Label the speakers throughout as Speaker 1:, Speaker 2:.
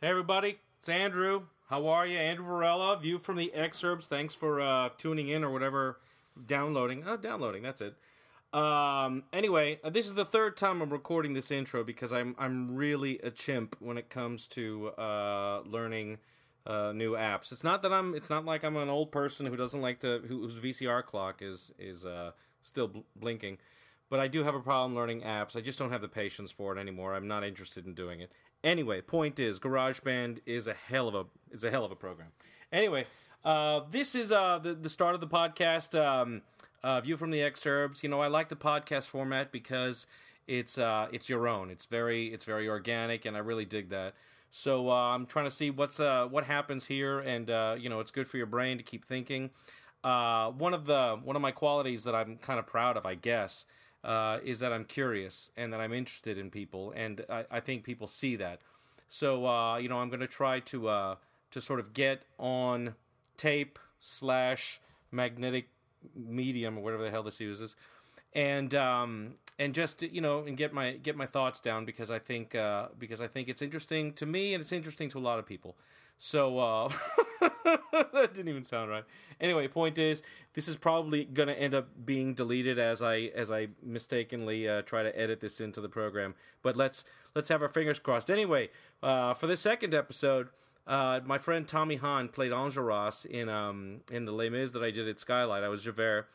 Speaker 1: Hey everybody, it's Andrew. How are you, Andrew Varela? View from the excerpts. Thanks for uh, tuning in or whatever, downloading. Oh, downloading. That's it. Um, anyway, uh, this is the third time I'm recording this intro because I'm I'm really a chimp when it comes to uh, learning uh, new apps. It's not that I'm. It's not like I'm an old person who doesn't like to who, whose VCR clock is is uh, still bl- blinking. But I do have a problem learning apps. I just don't have the patience for it anymore. I'm not interested in doing it. Anyway, point is, GarageBand is a hell of a is a hell of a program. Anyway, uh, this is uh, the the start of the podcast. Um, uh, view from the excerpts. You know, I like the podcast format because it's uh, it's your own. It's very it's very organic, and I really dig that. So uh, I'm trying to see what's uh, what happens here, and uh, you know, it's good for your brain to keep thinking. Uh, one of the one of my qualities that I'm kind of proud of, I guess, uh, is that I'm curious and that I'm interested in people, and I, I think people see that. So uh, you know, I'm going to try to uh, to sort of get on tape slash magnetic medium or whatever the hell this uses, and um, and just you know and get my get my thoughts down because I think uh, because I think it's interesting to me and it's interesting to a lot of people. So uh, that didn't even sound right. Anyway, point is, this is probably going to end up being deleted as I as I mistakenly uh, try to edit this into the program. But let's let's have our fingers crossed. Anyway, uh, for the second episode, uh, my friend Tommy Hahn played Enjolras in um, in the Les Mis that I did at Skylight. I was Javert.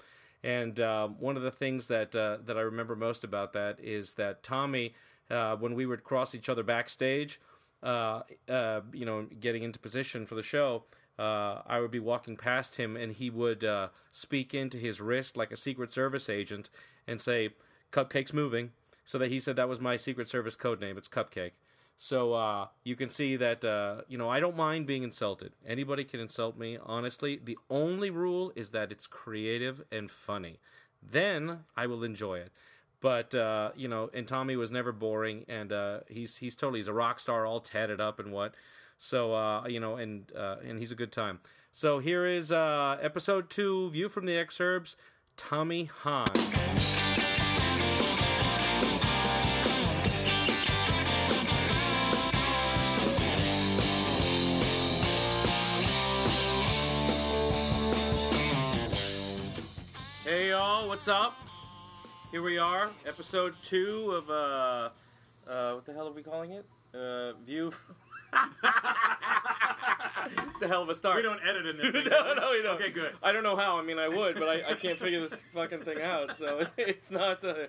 Speaker 1: And uh, one of the things that uh, that I remember most about that is that Tommy, uh, when we would cross each other backstage, uh, uh, you know, getting into position for the show, uh, I would be walking past him, and he would uh, speak into his wrist like a Secret Service agent and say, "Cupcake's moving," so that he said that was my Secret Service code name. It's Cupcake. So uh, you can see that uh, you know I don't mind being insulted. Anybody can insult me, honestly. The only rule is that it's creative and funny. Then I will enjoy it. But uh, you know, and Tommy was never boring, and uh, he's he's totally he's a rock star, all tatted up and what. So uh, you know, and uh, and he's a good time. So here is uh, episode two, view from the excerpts, Tommy Hahn. Hey y'all, what's up? Here we are, episode two of uh, uh what the hell are we calling it? Uh, view. it's a hell of a start.
Speaker 2: We don't edit in this thing.
Speaker 1: no, no, we don't.
Speaker 2: Okay, good.
Speaker 1: I don't know how. I mean, I would, but I, I can't figure this fucking thing out. So it's not. Uh,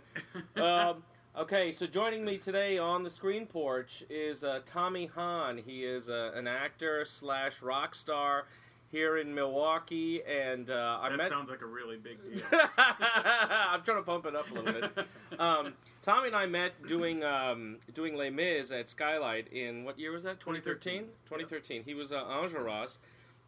Speaker 1: um, okay, so joining me today on the screen porch is uh, Tommy Hahn. He is uh, an actor slash rock star here in Milwaukee, and uh, I
Speaker 2: That
Speaker 1: met.
Speaker 2: sounds like a really big deal.
Speaker 1: I'm trying to pump it up a little bit. Um, Tommy and I met doing um, doing Les Mis at Skylight in what year was that? 2013. 2013. He was uh, Enjolras,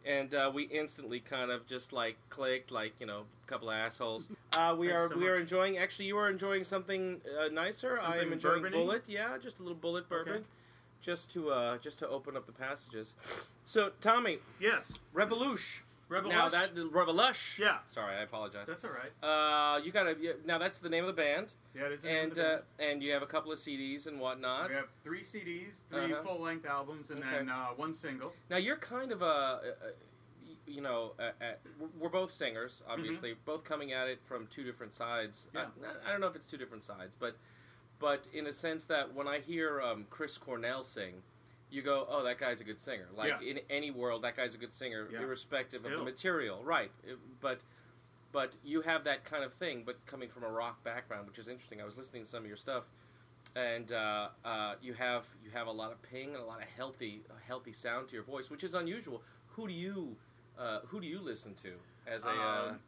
Speaker 1: and uh, we instantly kind of just like clicked, like you know, a couple of assholes. Uh, we
Speaker 2: Thanks
Speaker 1: are
Speaker 2: so
Speaker 1: we are
Speaker 2: much.
Speaker 1: enjoying. Actually, you are enjoying something uh, nicer. I am
Speaker 2: Something
Speaker 1: enjoying
Speaker 2: bourbon-y?
Speaker 1: Bullet. Yeah, just a little Bullet bourbon, just to uh, just to open up the passages. So Tommy,
Speaker 2: yes,
Speaker 1: Revolution.
Speaker 2: Revolution.
Speaker 1: Now that Revolution.
Speaker 2: Yeah.
Speaker 1: Sorry, I apologize.
Speaker 2: that's all right.
Speaker 1: Uh, you gotta yeah, now. That's the name of the band,
Speaker 2: Yeah, it is. in
Speaker 1: and
Speaker 2: the
Speaker 1: uh,
Speaker 2: band.
Speaker 1: and you have a couple of CDs and whatnot.
Speaker 2: we have three CDs, 3
Speaker 1: Uh-huh.
Speaker 2: full length albums, and then uh, one single.
Speaker 1: Now you're kind of a, a y- you know, a, a, we're- we're both singers, obviously, both coming at it from two different sides.
Speaker 2: Mm-hmm.
Speaker 1: Uh,
Speaker 2: Yeah.
Speaker 1: I, I don't know if it's two different sides, but but in a sense that when I hear um, Chris Cornell sing, you go, oh, that guy's a good singer. Like
Speaker 2: Yeah.
Speaker 1: in any world, that guy's a good singer,
Speaker 2: Yeah.
Speaker 1: irrespective of the
Speaker 2: Still.
Speaker 1: material, right? It- But but you have that kind of thing, but coming from a rock background, which is interesting. I was listening to some of your stuff, and uh, uh, you have you have a lot of ping and a lot of healthy healthy sound to your voice, which is unusual. Who do you uh, who do you listen to as a uh,
Speaker 2: Um,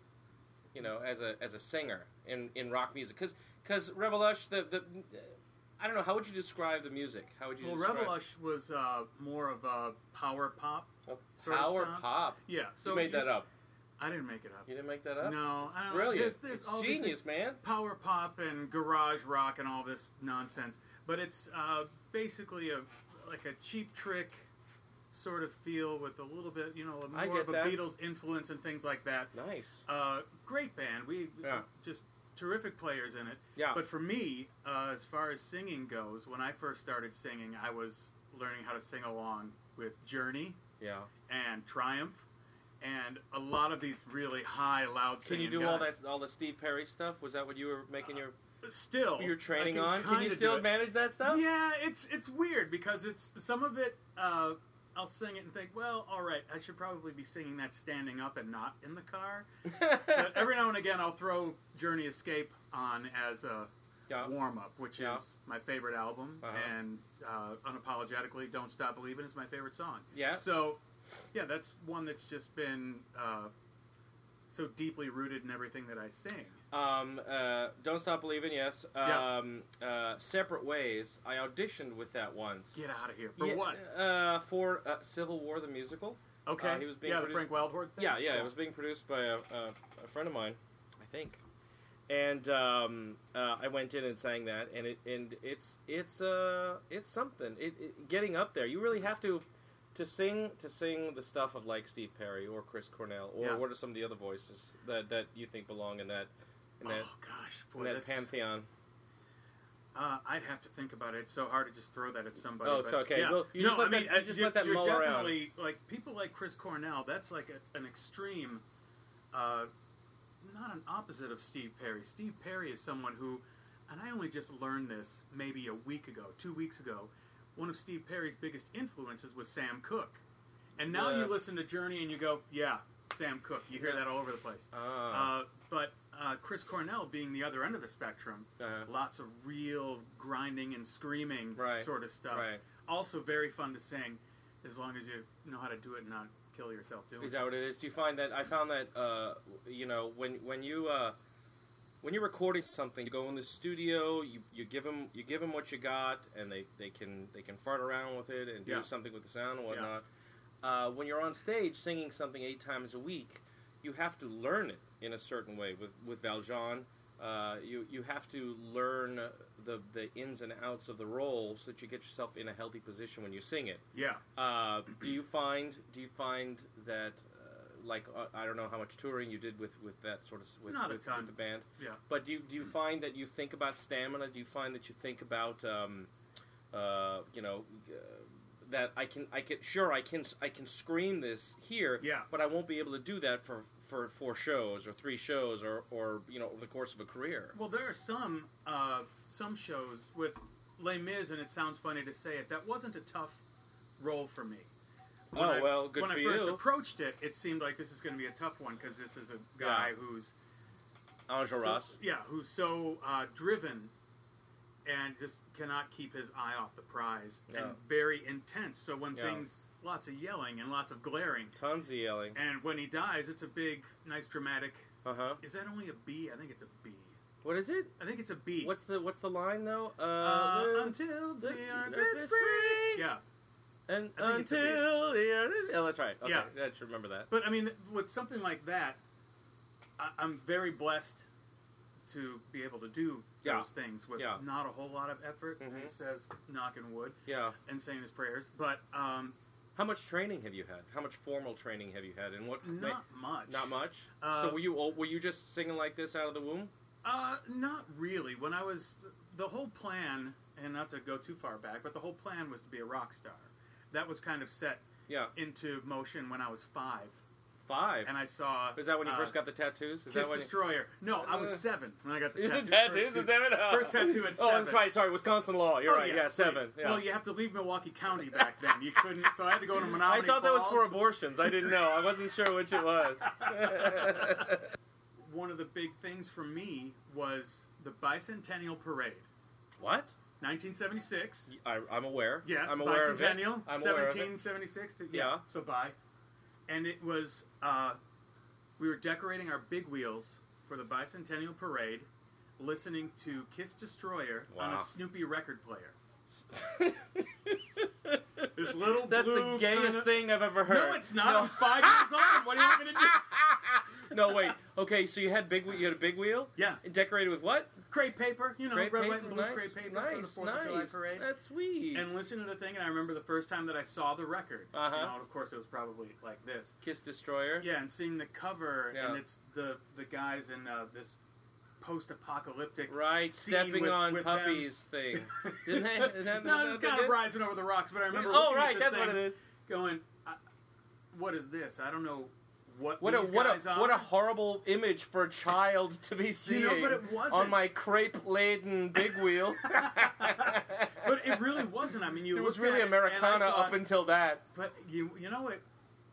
Speaker 1: you know as a as a singer in, in rock music? Because because Revelush the the I don't know how would you describe the music? How would you
Speaker 2: Well,
Speaker 1: describe
Speaker 2: Revelush was uh, more of a power pop.
Speaker 1: Oh,
Speaker 2: sort of
Speaker 1: power
Speaker 2: sound?
Speaker 1: pop?
Speaker 2: Yeah, so
Speaker 1: you made that up.
Speaker 2: I didn't make it up.
Speaker 1: You didn't make that up.
Speaker 2: No, I don't,
Speaker 1: Brilliant!
Speaker 2: There's, there's
Speaker 1: it's
Speaker 2: all these
Speaker 1: genius, man.
Speaker 2: power pop and garage rock and all this nonsense. But it's uh, basically a like a cheap trick sort of feel with a little bit, you know,
Speaker 1: I
Speaker 2: more
Speaker 1: get
Speaker 2: of a
Speaker 1: that.
Speaker 2: Beatles influence and things like that.
Speaker 1: Nice.
Speaker 2: Uh, great band. We
Speaker 1: Yeah.
Speaker 2: just terrific players in it.
Speaker 3: Yeah.
Speaker 2: But for me, uh, as far as singing goes, when I first started singing, I was learning how to sing along with Journey
Speaker 3: Yeah.
Speaker 2: and Triumph, and a lot of these really high, loud
Speaker 1: Can
Speaker 2: singing
Speaker 1: you do
Speaker 2: guys. Uh,
Speaker 1: all that, all the Steve Perry stuff? Was that what you were making your
Speaker 2: Still,
Speaker 1: your training
Speaker 2: I
Speaker 1: on? Can you
Speaker 2: kinda do
Speaker 1: still
Speaker 2: it.
Speaker 1: manage that stuff?
Speaker 2: Yeah, it's it's weird because it's some of it. Uh, I'll sing it and think, well, all right, I should probably be singing that standing up and not in the car. But every now and again, I'll throw Journey Escape on as a
Speaker 1: Yeah.
Speaker 2: warm up, which
Speaker 1: Yeah.
Speaker 2: is my favorite album,
Speaker 1: Uh-huh.
Speaker 2: and uh, unapologetically, Don't Stop Believing is my favorite song.
Speaker 1: Yeah.
Speaker 2: So, yeah, that's one that's just been uh, so deeply rooted in everything that I sing.
Speaker 1: Um, uh, Don't Stop Believing, yes.
Speaker 2: Yeah.
Speaker 1: Um, uh, Separate Ways. I auditioned with that once.
Speaker 2: Get out of here for
Speaker 1: Yeah,
Speaker 2: what?
Speaker 1: Uh, for uh, Civil War the musical.
Speaker 2: Okay,
Speaker 1: he was being
Speaker 2: yeah,
Speaker 1: produced-
Speaker 2: the Frank Wildhorn thing.
Speaker 1: Yeah, yeah,
Speaker 2: Cool.
Speaker 1: it was being produced by a, a, a friend of mine, I think. And um, uh, I went in and sang that, and it and it's it's uh it's something. It, it getting up there, you really have to to sing to sing the stuff of like Steve Perry or Chris Cornell or
Speaker 2: Yeah.
Speaker 1: what are some of the other voices that, that you think belong in that in that
Speaker 2: oh gosh,
Speaker 1: in
Speaker 2: boy,
Speaker 1: that
Speaker 2: that's-
Speaker 1: pantheon.
Speaker 2: Uh, I'd have to think about it. It's so hard to just throw that at somebody.
Speaker 1: Oh,
Speaker 2: but
Speaker 1: it's okay.
Speaker 2: Yeah.
Speaker 1: Well, you
Speaker 2: no,
Speaker 1: just let
Speaker 2: I mean,
Speaker 1: that- you
Speaker 2: uh,
Speaker 1: just
Speaker 2: you're,
Speaker 1: let that
Speaker 2: you're
Speaker 1: mull around.
Speaker 2: definitely like people like Chris Cornell. That's like a, an extreme, uh, not an opposite of Steve Perry. Steve Perry is someone who, and I only just learned this maybe a week ago, two weeks ago. One of Steve Perry's biggest influences was Sam Cooke, and now
Speaker 1: Yeah.
Speaker 2: you listen to Journey and you go, yeah, Sam Cooke. You hear
Speaker 1: Yeah.
Speaker 2: that all over the place.
Speaker 1: Ah,
Speaker 2: Uh, but uh, Chris Cornell being the other end of the spectrum
Speaker 1: uh,
Speaker 2: lots of real grinding and screaming
Speaker 1: Right,
Speaker 2: sort of stuff.
Speaker 1: right.
Speaker 2: Also very fun to sing, as long as you know how to do it and not kill yourself doing
Speaker 1: Is
Speaker 2: it.
Speaker 1: that what it is? Do you find that I found that uh, you know when when you uh, when you're recording something, you go in the studio, you, you give them you give 'em what you got, and they, they can they can fart around with it and do
Speaker 2: Yeah.
Speaker 1: something with the sound and whatnot. Uh, when you're on stage singing something eight times a week, you have to learn it in a certain way. With with Valjean, uh, you you have to learn the the ins and outs of the role so that you get yourself in a healthy position when you sing it.
Speaker 2: Yeah.
Speaker 1: Uh, do you find do you find that uh, like uh, I don't know how much touring you did with with that sort of with,
Speaker 2: Not a
Speaker 1: with,
Speaker 2: ton.
Speaker 1: with the band,
Speaker 2: Yeah.
Speaker 1: but do you, do you find that you think about stamina? Do you find that you think about um, uh, you know uh, that I can I can sure I can I can scream this here,
Speaker 2: Yeah.
Speaker 1: but I won't be able to do that for for four shows or three shows or or you know over the course of a career.
Speaker 2: Well, there are some uh, some shows with Les Mis, and it sounds funny to say it. That wasn't a tough role for me. When
Speaker 1: Oh,
Speaker 2: I-
Speaker 1: well, good
Speaker 2: when
Speaker 1: for
Speaker 2: I first
Speaker 1: you.
Speaker 2: approached it, it seemed like this is going to be a tough one because this is a guy
Speaker 1: Yeah.
Speaker 2: who's
Speaker 1: Enjolras.
Speaker 2: So, yeah, who's so uh, driven and just cannot keep his eye off the prize
Speaker 1: Yeah.
Speaker 2: and very intense. So when
Speaker 1: Yeah.
Speaker 2: things, lots of yelling and lots of glaring.
Speaker 1: Tons of yelling.
Speaker 2: And when he dies, it's a big, nice, dramatic.
Speaker 1: Uh huh.
Speaker 2: Is that only a B? I think it's a B.
Speaker 1: What is it?
Speaker 2: I think it's a B.
Speaker 1: What's the what's the line though? Uh,
Speaker 2: uh,
Speaker 1: we're-
Speaker 2: until they are
Speaker 1: Let
Speaker 2: good
Speaker 1: this
Speaker 2: free.
Speaker 1: free.
Speaker 2: Yeah,
Speaker 1: And
Speaker 2: I think it's a
Speaker 1: until the end. Oh, that's right. Okay,
Speaker 2: Yeah.
Speaker 1: I should remember that.
Speaker 2: but I mean, with something like that, I, I'm very blessed to be able to do
Speaker 1: Yeah.
Speaker 2: those things with
Speaker 1: Yeah.
Speaker 2: not a whole lot of effort.
Speaker 1: Mhm.
Speaker 2: He says, knocking wood.
Speaker 1: Yeah.
Speaker 2: and saying his prayers. But um,
Speaker 1: How much training have you had? How much formal training have you had? And what? ma-
Speaker 2: not much.
Speaker 1: not much.
Speaker 2: Uh,
Speaker 1: so were you old, were you just singing like this out of the womb?
Speaker 2: Uh, not really. When I was the whole plan, and not to go too far back, but the whole plan was to be a rock star. That was kind of set
Speaker 1: Yeah.
Speaker 2: into motion when I was five,
Speaker 1: Five.
Speaker 2: and I saw.
Speaker 1: Is that when you
Speaker 2: uh,
Speaker 1: first got the tattoos? Is
Speaker 2: Kiss
Speaker 1: that when?
Speaker 2: Destroyer? No, I was
Speaker 1: Uh,
Speaker 2: seven when I got the
Speaker 1: you,
Speaker 2: tattoo.
Speaker 1: tattoos? Is
Speaker 2: First-
Speaker 1: that it?
Speaker 2: first tattoo at
Speaker 1: Oh, that's
Speaker 2: seven.
Speaker 1: right. Sorry, Wisconsin law. You're
Speaker 2: Oh,
Speaker 1: right. Yeah, seven.
Speaker 2: please.
Speaker 1: Yeah.
Speaker 2: Well, you have to leave Milwaukee County back then. You couldn't, so I had to go to
Speaker 1: I
Speaker 2: Menominee
Speaker 1: thought that was for
Speaker 2: Falls.
Speaker 1: abortions. I didn't know. I wasn't sure which it was.
Speaker 2: One of the big things for me was the bicentennial parade,
Speaker 1: what?
Speaker 2: 1976.
Speaker 1: I, I'm aware.
Speaker 2: Yes,
Speaker 1: I'm aware of it.
Speaker 2: bicentennial,
Speaker 1: I'm aware of it.
Speaker 2: 1776. To,
Speaker 1: Yeah.
Speaker 2: So by, and it was uh, we were decorating our big wheels for the bicentennial parade, listening to Kiss Destroyer on
Speaker 1: Wow.
Speaker 2: a Snoopy record player. This little
Speaker 1: That's
Speaker 2: blue
Speaker 1: the gayest
Speaker 2: kinda-
Speaker 1: thing I've ever heard.
Speaker 2: No, it's not. I'm five years old. What do you want me to do?
Speaker 1: No, wait. Okay, so you had big. whe- You had a big wheel.
Speaker 2: Yeah,
Speaker 1: And decorated with what?
Speaker 2: crepe paper. You know,
Speaker 1: Crepe
Speaker 2: red,
Speaker 1: paper?
Speaker 2: white, and blue
Speaker 1: nice,
Speaker 2: crepe paper for the
Speaker 1: Nice,
Speaker 2: Fourth
Speaker 1: nice.
Speaker 2: of July parade.
Speaker 1: That's sweet.
Speaker 2: And listen to the thing, and I remember the first time that I saw the record.
Speaker 1: Uh-huh.
Speaker 2: You know, and of course, it was probably like this.
Speaker 1: Kiss Destroyer.
Speaker 2: Yeah, and seeing the cover,
Speaker 1: Yeah.
Speaker 2: and it's the the guys in uh, this post-apocalyptic.
Speaker 1: Right,
Speaker 2: scene
Speaker 1: stepping
Speaker 2: with-
Speaker 1: on
Speaker 2: with them.
Speaker 1: puppies thing. Didn't that, isn't that,
Speaker 2: no,
Speaker 1: isn't
Speaker 2: it's
Speaker 1: that
Speaker 2: kind of
Speaker 1: good?
Speaker 2: rising over the rocks, but I remember.
Speaker 1: Oh,
Speaker 2: looking at
Speaker 1: right,
Speaker 2: this
Speaker 1: that's
Speaker 2: thing
Speaker 1: what it is.
Speaker 2: Going, I, what is this? I don't know what.
Speaker 1: What a
Speaker 2: these
Speaker 1: what
Speaker 2: guys
Speaker 1: a
Speaker 2: are.
Speaker 1: what a horrible image for a child to be
Speaker 2: You
Speaker 1: seeing
Speaker 2: know, but it wasn't.
Speaker 1: on my crepe laden big wheel.
Speaker 2: but it really wasn't. I mean, you.
Speaker 1: it was
Speaker 2: looked at
Speaker 1: really
Speaker 2: and I
Speaker 1: Americana
Speaker 2: thought,
Speaker 1: up until that.
Speaker 2: But you, you know, it,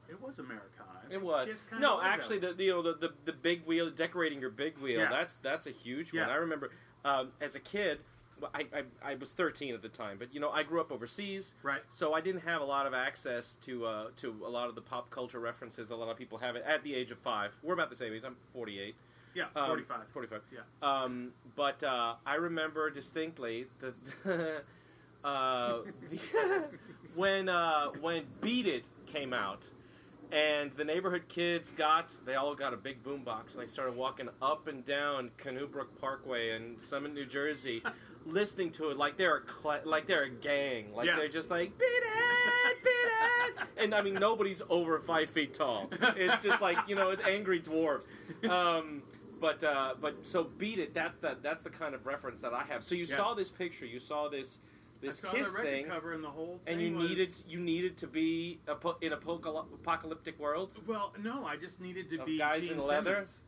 Speaker 2: it was Americana.
Speaker 1: It was
Speaker 2: just kinda
Speaker 1: no,
Speaker 2: was
Speaker 1: actually, the you know the, the the big wheel decorating your big wheel.
Speaker 2: Yeah.
Speaker 1: That's that's a huge
Speaker 2: Yeah.
Speaker 1: one. I remember um, as a kid, well, I, I I was thirteen at the time, but you know I grew up overseas,
Speaker 2: Right.
Speaker 1: So I didn't have a lot of access to uh, to a lot of the pop culture references. A lot of people have it at the age of five. We're about the same age. I'm forty eight.
Speaker 2: Yeah,
Speaker 1: Um,
Speaker 2: forty-five.
Speaker 1: 45.
Speaker 2: Yeah.
Speaker 1: Um, but uh, I remember distinctly the, uh, the when uh, when Beat It came out, and the neighborhood kids got they all got a big boombox and they started walking up and down Canoe Brook Parkway and some in New Jersey. Listening to it like they're a cla like they're a gang, like
Speaker 2: Yeah.
Speaker 1: they're just like beat it, beat it, and I mean nobody's over five feet tall. It's just like you know it's angry dwarves. Um, but uh, but so beat it. That's the that's the kind of reference that I have. So you
Speaker 2: Yeah.
Speaker 1: saw this picture. You saw this this
Speaker 2: I saw
Speaker 1: kiss
Speaker 2: the record
Speaker 1: thing,
Speaker 2: cover and the whole thing
Speaker 1: and you
Speaker 2: was,
Speaker 1: needed you needed to be a po- in a pocal- apocalyptic world.
Speaker 2: Well, no, I just needed to
Speaker 1: Of
Speaker 2: be
Speaker 1: guys
Speaker 2: Gene
Speaker 1: in leather?
Speaker 2: Simmons.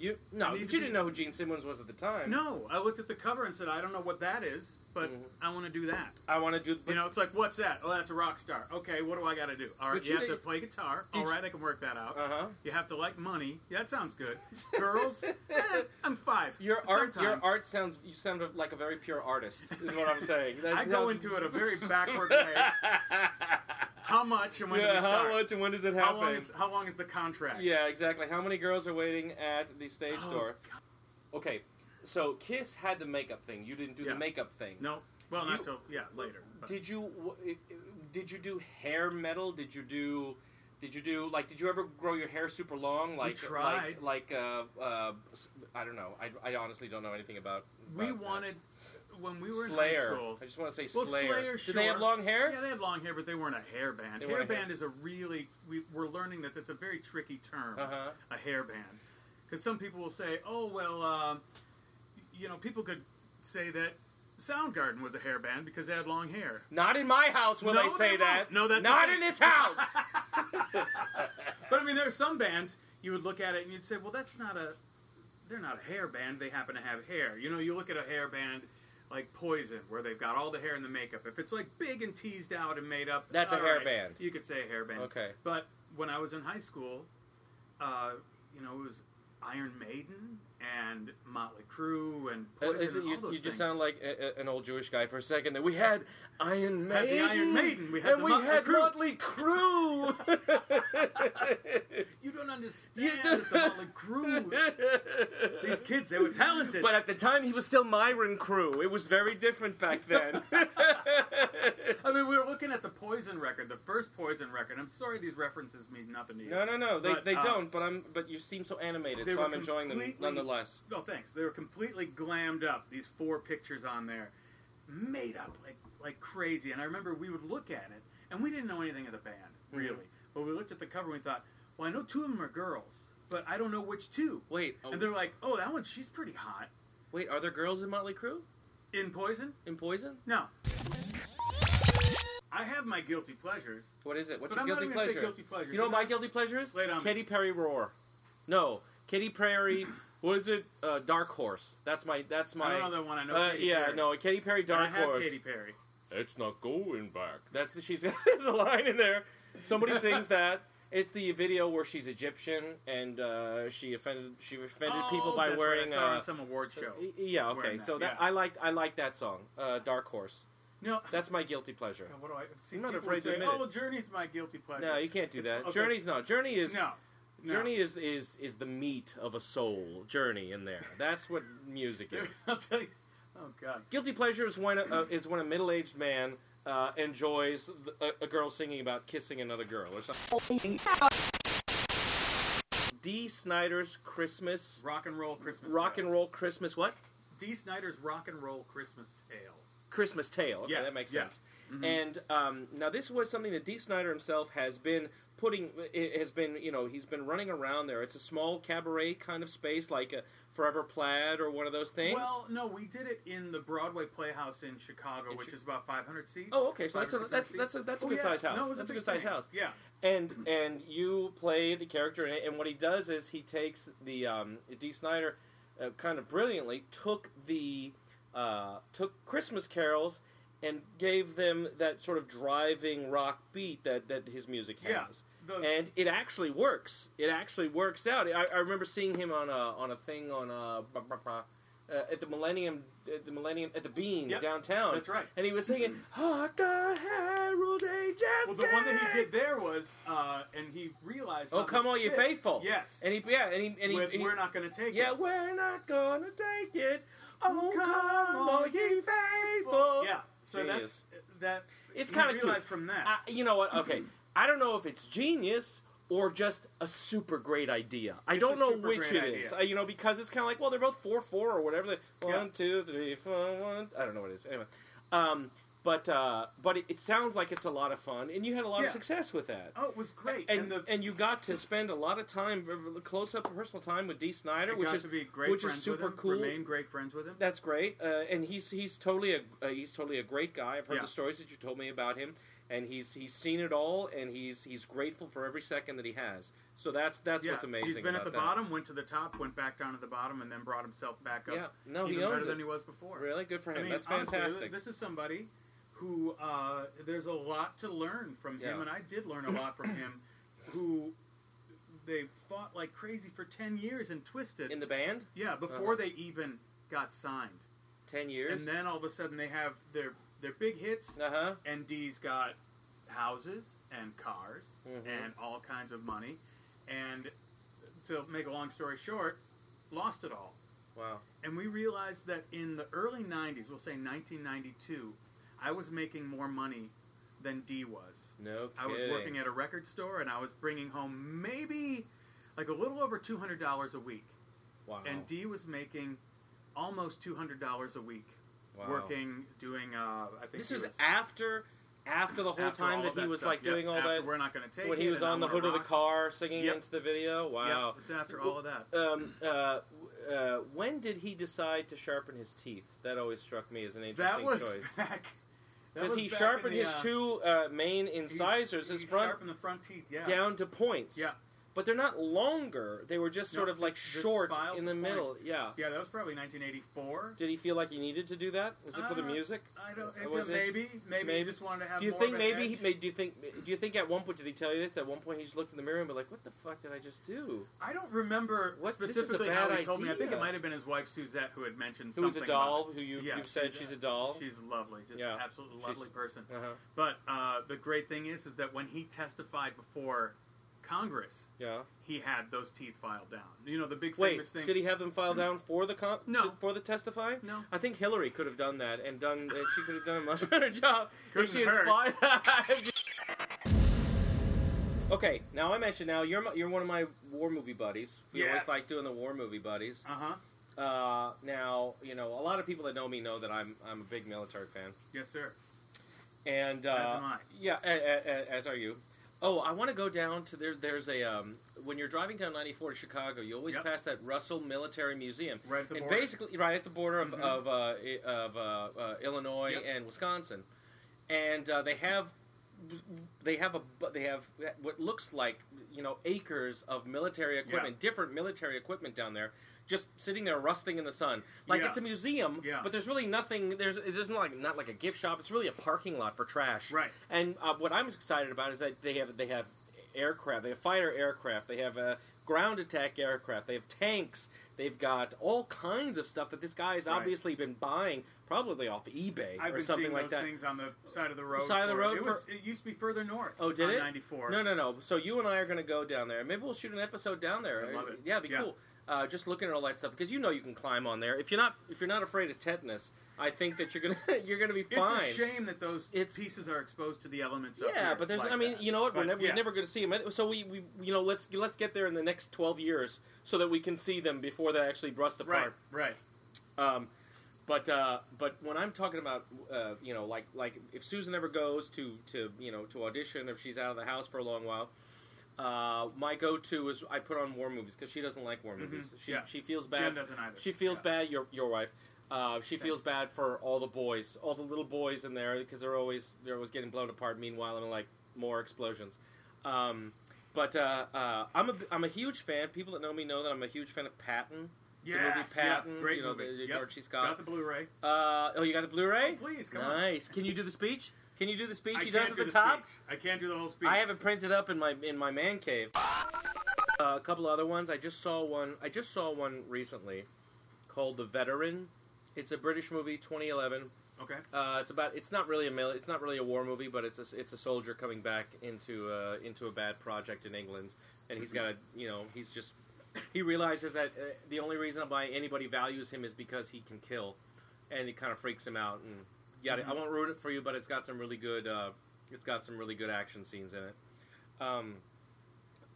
Speaker 1: You no,
Speaker 2: I need
Speaker 1: but
Speaker 2: to
Speaker 1: you
Speaker 2: be-
Speaker 1: didn't know who Gene Simmons was at the time.
Speaker 2: No, I looked at the cover and said, I don't know what that is, but
Speaker 1: Mhm.
Speaker 2: I want to do that.
Speaker 1: I want to do. But,
Speaker 2: You know, it's like, what's that? Oh, that's a rock star. Okay, what do I got to do? All right,
Speaker 1: But
Speaker 2: you
Speaker 1: you
Speaker 2: have to
Speaker 1: didn't-
Speaker 2: play guitar. All
Speaker 1: you-
Speaker 2: right, I can work that out.
Speaker 1: uh huh.
Speaker 2: You have to like money. Yeah, that sounds good. Girls, eh, I'm five.
Speaker 1: Your art,
Speaker 2: Sometime.
Speaker 1: your art sounds. You sound like a very pure artist. Is what I'm saying. That
Speaker 2: I go
Speaker 1: sounds-
Speaker 2: into it a very backward way. How much and when do we
Speaker 1: yeah.
Speaker 2: start?
Speaker 1: How much and when does it happen?
Speaker 2: How long is how long is the contract?
Speaker 1: Yeah, exactly. How many girls are waiting at the stage
Speaker 2: Oh,
Speaker 1: door? Okay, so Kiss had the makeup thing. You didn't do
Speaker 2: Yeah.
Speaker 1: the makeup thing.
Speaker 2: No. Well, not
Speaker 1: You-
Speaker 2: till yeah later. but-
Speaker 1: Did you? w- Did you do hair metal? Did you do? Did you do like? Did you ever grow your hair super long? Like
Speaker 2: tried.
Speaker 1: Like, like uh, uh, s- I don't know. I, I honestly don't know anything about.
Speaker 2: we
Speaker 1: about that.
Speaker 2: wanted when we were
Speaker 1: Slayer.
Speaker 2: in high school.
Speaker 1: I just want to say
Speaker 2: Well,
Speaker 1: Slayer.
Speaker 2: Slayer,
Speaker 1: Did they have
Speaker 2: sure.
Speaker 1: long hair?
Speaker 2: Yeah, they had long hair, but they weren't a hair band.
Speaker 1: They
Speaker 2: hair
Speaker 1: weren't a hair-
Speaker 2: band is a really we, we're learning that that's a very tricky term.
Speaker 1: Uh huh.
Speaker 2: A hair band, because some people will say, "Oh well, uh, you know, people could say that Soundgarden was a hair band because they had long hair."
Speaker 1: Not in my house will
Speaker 2: No,
Speaker 1: they
Speaker 2: they
Speaker 1: say
Speaker 2: won't.
Speaker 1: that.
Speaker 2: No, that's
Speaker 1: not
Speaker 2: okay.
Speaker 1: in this house.
Speaker 2: But I mean, there are some bands you would look at it and you'd say, "Well, that's not a they're not a hair band. They happen to have hair." You know, you look at a hair band. Like Poison, where they've got all the hair and the makeup. If it's like big and teased out and made up,
Speaker 1: That's a
Speaker 2: all
Speaker 1: hair band.
Speaker 2: You could say a hair band.
Speaker 1: okay.
Speaker 2: But when I was in high school, uh, you know, it was Iron Maiden and Motley Crue and
Speaker 1: Uh,
Speaker 2: Poison
Speaker 1: is it-
Speaker 2: and
Speaker 1: you
Speaker 2: all
Speaker 1: you
Speaker 2: those
Speaker 1: just
Speaker 2: things.
Speaker 1: sound like a, a- an old Jewish guy for a second. That we had Iron
Speaker 2: Had
Speaker 1: Maiden,
Speaker 2: the Iron Maiden, we had
Speaker 1: and
Speaker 2: the
Speaker 1: we
Speaker 2: Motley
Speaker 1: had
Speaker 2: Crue.
Speaker 1: Motley Crue.
Speaker 2: you don't understand.
Speaker 1: don't-
Speaker 2: It's the Motley Crue. These kids, they were talented.
Speaker 1: but at the time, he was still Myron Crew. It was very different back then.
Speaker 2: I mean, we were looking at the Poison record, the first Poison record. I'm sorry, these references mean nothing to you.
Speaker 1: no, no, no. They,
Speaker 2: But,
Speaker 1: they
Speaker 2: uh,
Speaker 1: don't. But I'm. But you seem so animated,
Speaker 2: they
Speaker 1: so
Speaker 2: were
Speaker 1: I'm enjoying them
Speaker 2: completely-
Speaker 1: nonetheless.
Speaker 2: No, thanks. They were completely glammed up. These four pictures on there, made up like like crazy. And I remember we would look at it, and we didn't know anything of the band
Speaker 1: Mm-hmm.
Speaker 2: really. But we looked at the cover, and we thought, well, I know two of them are girls, but I don't know which two.
Speaker 1: Wait, oh,
Speaker 2: And they're like, oh, that one, she's pretty hot.
Speaker 1: wait. Are there girls in Motley Crew?
Speaker 2: In Poison?
Speaker 1: In Poison?
Speaker 2: No. I have my guilty pleasures,
Speaker 1: What is it? What's your
Speaker 2: but I'm
Speaker 1: guilty
Speaker 2: not even
Speaker 1: pleasure?
Speaker 2: gonna say guilty pleasures.
Speaker 1: You know what my
Speaker 2: guilty.
Speaker 1: guilty pleasure is?
Speaker 2: Lay it on me.
Speaker 1: Katy Perry roar. No, Katy Perry. what is it? Uh, Dark Horse. That's my. That's my.
Speaker 2: I don't know that one. I know.
Speaker 1: uh,
Speaker 2: Katy
Speaker 1: yeah,
Speaker 2: Perry.
Speaker 1: no, Katy Perry,
Speaker 2: And I
Speaker 1: Dark
Speaker 2: have
Speaker 1: Horse.
Speaker 2: Katy Perry.
Speaker 1: It's not going back. That's the she's. there's a line in there. Somebody sings that. It's the video where she's Egyptian and uh, she offended she offended people
Speaker 2: Oh,
Speaker 1: by
Speaker 2: that's
Speaker 1: wearing.
Speaker 2: Right. I saw her
Speaker 1: uh,
Speaker 2: on some award show.
Speaker 1: y- yeah, okay.
Speaker 2: wearing
Speaker 1: So
Speaker 2: that,
Speaker 1: that
Speaker 2: yeah.
Speaker 1: I like I like that song, uh, Dark Horse.
Speaker 2: No,
Speaker 1: That's my guilty pleasure.
Speaker 2: God, what do I? See,
Speaker 1: I'm not
Speaker 2: people
Speaker 1: afraid
Speaker 2: would
Speaker 1: to
Speaker 2: say,
Speaker 1: admit
Speaker 2: Oh,
Speaker 1: it.
Speaker 2: well, Journey's my guilty pleasure.
Speaker 1: No, you can't do
Speaker 2: It's-
Speaker 1: that.
Speaker 2: okay.
Speaker 1: Journey's not. Journey is
Speaker 2: no, no.
Speaker 1: Journey is, is is the meat of a soul journey in there. That's what music
Speaker 2: There-
Speaker 1: is.
Speaker 2: I'll tell you. Oh God.
Speaker 1: Guilty pleasure is when a, uh, is when a middle aged man uh, enjoys the, a, a girl singing about kissing another girl or something. D. Snyder's Christmas
Speaker 2: Rock and roll Christmas.
Speaker 1: Rock
Speaker 2: Tale.
Speaker 1: and Roll Christmas what?
Speaker 2: D. Snyder's Rock and Roll Christmas Tale.
Speaker 1: Christmas Tale. Okay,
Speaker 2: Yeah,
Speaker 1: that makes
Speaker 2: yeah. Mm-hmm.
Speaker 1: sense. And um, now this was something that D. Snyder himself has been putting. It has been you know he's been running around there. It's a small cabaret kind of space, like a, Forever Plaid or one of those things?
Speaker 2: Well, no, we did it in the Broadway Playhouse in Chicago,
Speaker 1: In
Speaker 2: which
Speaker 1: Chi-
Speaker 2: is about 500 seats.
Speaker 1: oh, okay. So that's a
Speaker 2: 500,
Speaker 1: that's
Speaker 2: 600
Speaker 1: that's a
Speaker 2: seats.
Speaker 1: that's a
Speaker 2: Oh,
Speaker 1: good
Speaker 2: yeah.
Speaker 1: sized house.
Speaker 2: No, it was
Speaker 1: that's a
Speaker 2: big
Speaker 1: good sized
Speaker 2: thing.
Speaker 1: house.
Speaker 2: Yeah.
Speaker 1: And and you play the character in it, and what he does is he takes the um, D. Snyder, uh, kind of brilliantly took the uh, took Christmas carols and gave them that sort of driving rock beat that that his music has.
Speaker 2: Yeah. The-
Speaker 1: and it actually works. It actually works out. I, I remember seeing him on a on a thing on a bah, bah, bah, uh, at the Millennium at the Millennium at the Bean
Speaker 2: Yep,
Speaker 1: downtown.
Speaker 2: that's right.
Speaker 1: And he was singing "Harker Herald Angels."
Speaker 2: Well, the one that he did there was, uh, and he realized.
Speaker 1: Oh,
Speaker 2: on
Speaker 1: come
Speaker 2: the
Speaker 1: all you
Speaker 2: fifth-
Speaker 1: faithful!
Speaker 2: Yes.
Speaker 1: And he yeah and he and he,
Speaker 2: with,
Speaker 1: and he
Speaker 2: we're not going to take
Speaker 1: yeah
Speaker 2: it.
Speaker 1: we're not gonna take it. Oh,
Speaker 2: come
Speaker 1: come
Speaker 2: all
Speaker 1: all ye faithful.
Speaker 2: Yeah. So
Speaker 1: Genius.
Speaker 2: that's that.
Speaker 1: It's
Speaker 2: he
Speaker 1: kinda cute.
Speaker 2: realized from that.
Speaker 1: I, you know what? Okay, I don't know if it's genius or just a super great idea. I
Speaker 2: It's
Speaker 1: don't
Speaker 2: a
Speaker 1: know
Speaker 2: super
Speaker 1: which it
Speaker 2: great
Speaker 1: is.
Speaker 2: idea.
Speaker 1: Uh, you know, because it's kind of like, well, they're both four four or whatever. They,
Speaker 2: Yeah.
Speaker 1: one, two, three, four, one. I don't know what it is. Anyway, um, but uh, but it, it sounds like it's a lot of fun, and you had a lot
Speaker 2: Yeah.
Speaker 1: of success with that.
Speaker 2: oh, it was great.
Speaker 1: And,
Speaker 2: the
Speaker 1: and you got to spend a lot of time, close up personal time with D. Snyder,
Speaker 2: I
Speaker 1: which
Speaker 2: got
Speaker 1: is
Speaker 2: to be great
Speaker 1: which is
Speaker 2: friends
Speaker 1: super
Speaker 2: with him.
Speaker 1: cool.
Speaker 2: Remain great friends with him.
Speaker 1: That's great, uh, and he's he's totally a uh, he's totally a great guy. I've heard
Speaker 2: Yeah.
Speaker 1: the stories that you told me about him, and he's he's seen it all, and he's he's grateful for every second that he has. So that's that's
Speaker 2: yeah,
Speaker 1: what's amazing.
Speaker 2: He's been at
Speaker 1: about
Speaker 2: the
Speaker 1: that.
Speaker 2: bottom, went to the top, went back down to the bottom, and then brought himself back up.
Speaker 1: Yeah, no,
Speaker 2: even
Speaker 1: he owns
Speaker 2: better
Speaker 1: it.
Speaker 2: than he was before.
Speaker 1: really good for him.
Speaker 2: I mean,
Speaker 1: that's
Speaker 2: honestly,
Speaker 1: fantastic.
Speaker 2: This is somebody who uh, there's a lot to learn from him,
Speaker 1: Yeah.
Speaker 2: and I did learn a lot from him. Who they fought like crazy for ten years and twisted.
Speaker 1: In the Uh-huh. band,
Speaker 2: yeah, before they even got signed,
Speaker 1: ten years.
Speaker 2: and then all of a sudden they have their their big hits,
Speaker 1: uh huh.
Speaker 2: and D's got houses and cars
Speaker 1: Mhm.
Speaker 2: and all kinds of money, and to make a long story short, lost it all.
Speaker 1: Wow.
Speaker 2: And we realized that in the early 90s, we'll say 1992, I was making more money than D was.
Speaker 1: No kidding.
Speaker 2: I was working at a record store and I was bringing home maybe like a little over $200 a week.
Speaker 1: wow.
Speaker 2: And D was making almost $200 a week
Speaker 1: wow.
Speaker 2: working, doing, uh, I think
Speaker 1: This
Speaker 2: he
Speaker 1: is
Speaker 2: was
Speaker 1: after after the whole
Speaker 2: after all
Speaker 1: time that
Speaker 2: of
Speaker 1: he was
Speaker 2: stuff.
Speaker 1: like
Speaker 2: Yep,
Speaker 1: doing all
Speaker 2: after
Speaker 1: that
Speaker 2: We're not going to take
Speaker 1: when he
Speaker 2: it
Speaker 1: was
Speaker 2: and I
Speaker 1: on the
Speaker 2: Wanna
Speaker 1: hood of the
Speaker 2: Rock.
Speaker 1: car singing
Speaker 2: Yep.
Speaker 1: into the video. Wow.
Speaker 2: Yep, it's after all of that.
Speaker 1: um, uh, uh, when did he decide to sharpen his teeth? That always struck me as an interesting
Speaker 2: That was
Speaker 1: choice.
Speaker 2: back. that
Speaker 1: Because
Speaker 2: was
Speaker 1: he
Speaker 2: back in
Speaker 1: sharpened
Speaker 2: the,
Speaker 1: his
Speaker 2: uh,
Speaker 1: two uh, main
Speaker 2: he-
Speaker 1: incisors, his
Speaker 2: he
Speaker 1: front
Speaker 2: sharpened the front teeth, yeah.
Speaker 1: down to points.
Speaker 2: Yeah.
Speaker 1: But they're not longer. They were just
Speaker 2: No,
Speaker 1: sort of like
Speaker 2: just- just
Speaker 1: short
Speaker 2: filed
Speaker 1: in the
Speaker 2: to
Speaker 1: middle.
Speaker 2: points.
Speaker 1: Yeah.
Speaker 2: Yeah, that was probably 1984.
Speaker 1: Did he feel like he needed to do that? Was it for the
Speaker 2: Uh,
Speaker 1: music?
Speaker 2: I don't.
Speaker 1: Or was it-
Speaker 2: maybe, maybe,
Speaker 1: maybe-
Speaker 2: he just wanted to have.
Speaker 1: Do you
Speaker 2: more
Speaker 1: think
Speaker 2: of an
Speaker 1: maybe he
Speaker 2: edge.
Speaker 1: made? Do you think? Do you think at one point did he tell you this? At one point he just looked in the mirror and be like, "What the fuck did I just do?"
Speaker 2: I don't remember
Speaker 1: What- this is a
Speaker 2: specifically how
Speaker 1: bad
Speaker 2: he told me. I think it
Speaker 1: idea.
Speaker 2: might have been his wife Suzette who had mentioned
Speaker 1: Who was
Speaker 2: something.
Speaker 1: a
Speaker 2: about
Speaker 1: doll? Who you
Speaker 2: Yeah,
Speaker 1: you've said
Speaker 2: she's a-
Speaker 1: she's a doll?
Speaker 2: it. She's lovely, just
Speaker 1: Yeah.
Speaker 2: absolutely
Speaker 1: She's-
Speaker 2: lovely person.
Speaker 1: uh-huh.
Speaker 2: But uh, the great thing is, is that when he testified before Congress,
Speaker 1: Yeah.
Speaker 2: he had those teeth filed down. You know, the big
Speaker 1: Wait,
Speaker 2: famous thing.
Speaker 1: did he have them file down for the con-
Speaker 2: No.
Speaker 1: to- for the testifying?
Speaker 2: No.
Speaker 1: I think Hillary could have done that and done. and she could have done a much better job
Speaker 2: Couldn't
Speaker 1: if she had
Speaker 2: hurt.
Speaker 1: filed. okay, now I mentioned now you're my, you're one of my war movie buddies. We
Speaker 2: Yes.
Speaker 1: always like doing the war movie buddies.
Speaker 2: Uh huh.
Speaker 1: Uh, now you know a lot of people that know me know that I'm I'm a big military fan
Speaker 2: Yes, sir.
Speaker 1: and uh,
Speaker 2: As am I.
Speaker 1: yeah, a, a, a, as are you. Oh, I want to go down to there. There's a um, when you're driving down 94 to Chicago, you always
Speaker 2: Yep.
Speaker 1: pass that Russell Military Museum,
Speaker 2: Right at the
Speaker 1: and
Speaker 2: border.
Speaker 1: basically right at the border of
Speaker 2: Mhm.
Speaker 1: of, uh, i- of uh, uh, Illinois
Speaker 2: Yep.
Speaker 1: and Wisconsin, and uh, they have they have a bu- they have what looks like you know acres of military equipment, different military equipment down there. Just sitting there rusting in the sun, like
Speaker 2: Yeah.
Speaker 1: it's a museum,
Speaker 2: Yeah.
Speaker 1: but there's really nothing. There's it isn't like not like a gift shop. It's really a parking lot for trash.
Speaker 2: Right.
Speaker 1: And uh, what I'm excited about is that they have they have aircraft, they have fighter aircraft, they have uh, ground attack aircraft, they have tanks, they've got all kinds of stuff that this guy has
Speaker 2: Right.
Speaker 1: obviously been buying, probably off eBay
Speaker 2: I've
Speaker 1: or
Speaker 2: been
Speaker 1: something
Speaker 2: seeing
Speaker 1: like
Speaker 2: those
Speaker 1: that.
Speaker 2: things on the side of the road.
Speaker 1: side of the
Speaker 2: for-
Speaker 1: road
Speaker 2: It,
Speaker 1: for-
Speaker 2: was, it used to be further north.
Speaker 1: Oh, did
Speaker 2: on
Speaker 1: it?
Speaker 2: 94.
Speaker 1: No, no, no. So you and I are going to go down there. Maybe we'll shoot an episode down there.
Speaker 2: I love it.
Speaker 1: Yeah, it'd be
Speaker 2: Yeah.
Speaker 1: cool. Uh, just looking at all that stuff because you know you can climb on there. If you're not if you're not afraid of tetanus, I think that you're gonna you're gonna be fine.
Speaker 2: It's a shame that those
Speaker 1: It's-
Speaker 2: pieces are exposed to the elements. up
Speaker 1: Yeah,
Speaker 2: here
Speaker 1: but there's.
Speaker 2: like
Speaker 1: I mean,
Speaker 2: that.
Speaker 1: you know what? We're,
Speaker 2: But,
Speaker 1: never,
Speaker 2: yeah.
Speaker 1: we're never going to see them. So we, we, you know, let's let's get there in the next twelve years so that we can see them before they actually rust
Speaker 2: Right,
Speaker 1: apart.
Speaker 2: right.
Speaker 1: Um, but uh, but when I'm talking about, uh, you know, like like if Susan ever goes to to you know to audition if she's out of the house for a long while, Uh, my go-to is I put on war movies because she doesn't like war movies. She,
Speaker 2: Mm-hmm. Yeah.
Speaker 1: she feels
Speaker 2: Jen
Speaker 1: bad.
Speaker 2: doesn't either.
Speaker 1: She feels
Speaker 2: Yeah.
Speaker 1: bad. Your your wife. Uh, she feels bad for all the boys, all the little boys in there because they're always they're always getting blown apart. Meanwhile, I'm like more explosions. Um, but uh, uh, I'm a I'm a huge fan. People that know me know that I'm a huge fan of Patton.
Speaker 2: Yes,
Speaker 1: the movie Patton.
Speaker 2: yeah, great
Speaker 1: you know,
Speaker 2: movie.
Speaker 1: The, the
Speaker 2: Yep.
Speaker 1: Archie
Speaker 2: Got
Speaker 1: Scott.
Speaker 2: the Blu-ray.
Speaker 1: uh, oh, you got the Blu-ray.
Speaker 2: Please come on.
Speaker 1: nice. Can you do the speech? Can you do the speech
Speaker 2: I
Speaker 1: he
Speaker 2: can't
Speaker 1: does at
Speaker 2: do
Speaker 1: the, top?
Speaker 2: speech. I can't do the whole speech.
Speaker 1: I have it printed up in my in my man cave. Uh, a couple other ones. I just saw one. I just saw one recently called The Veteran. It's a British movie, 2011.
Speaker 2: Okay.
Speaker 1: Uh, it's about. It's not really a mil- It's not really a war movie, but it's a, it's a soldier coming back into uh, into a bad project in England, and he's got to you know he's just he realizes that uh, the only reason why anybody values him is because he can kill, and it kind of freaks him out and yada. I won't ruin it for you, but it's got some really good. Uh, it's got some really good action scenes in it. Um,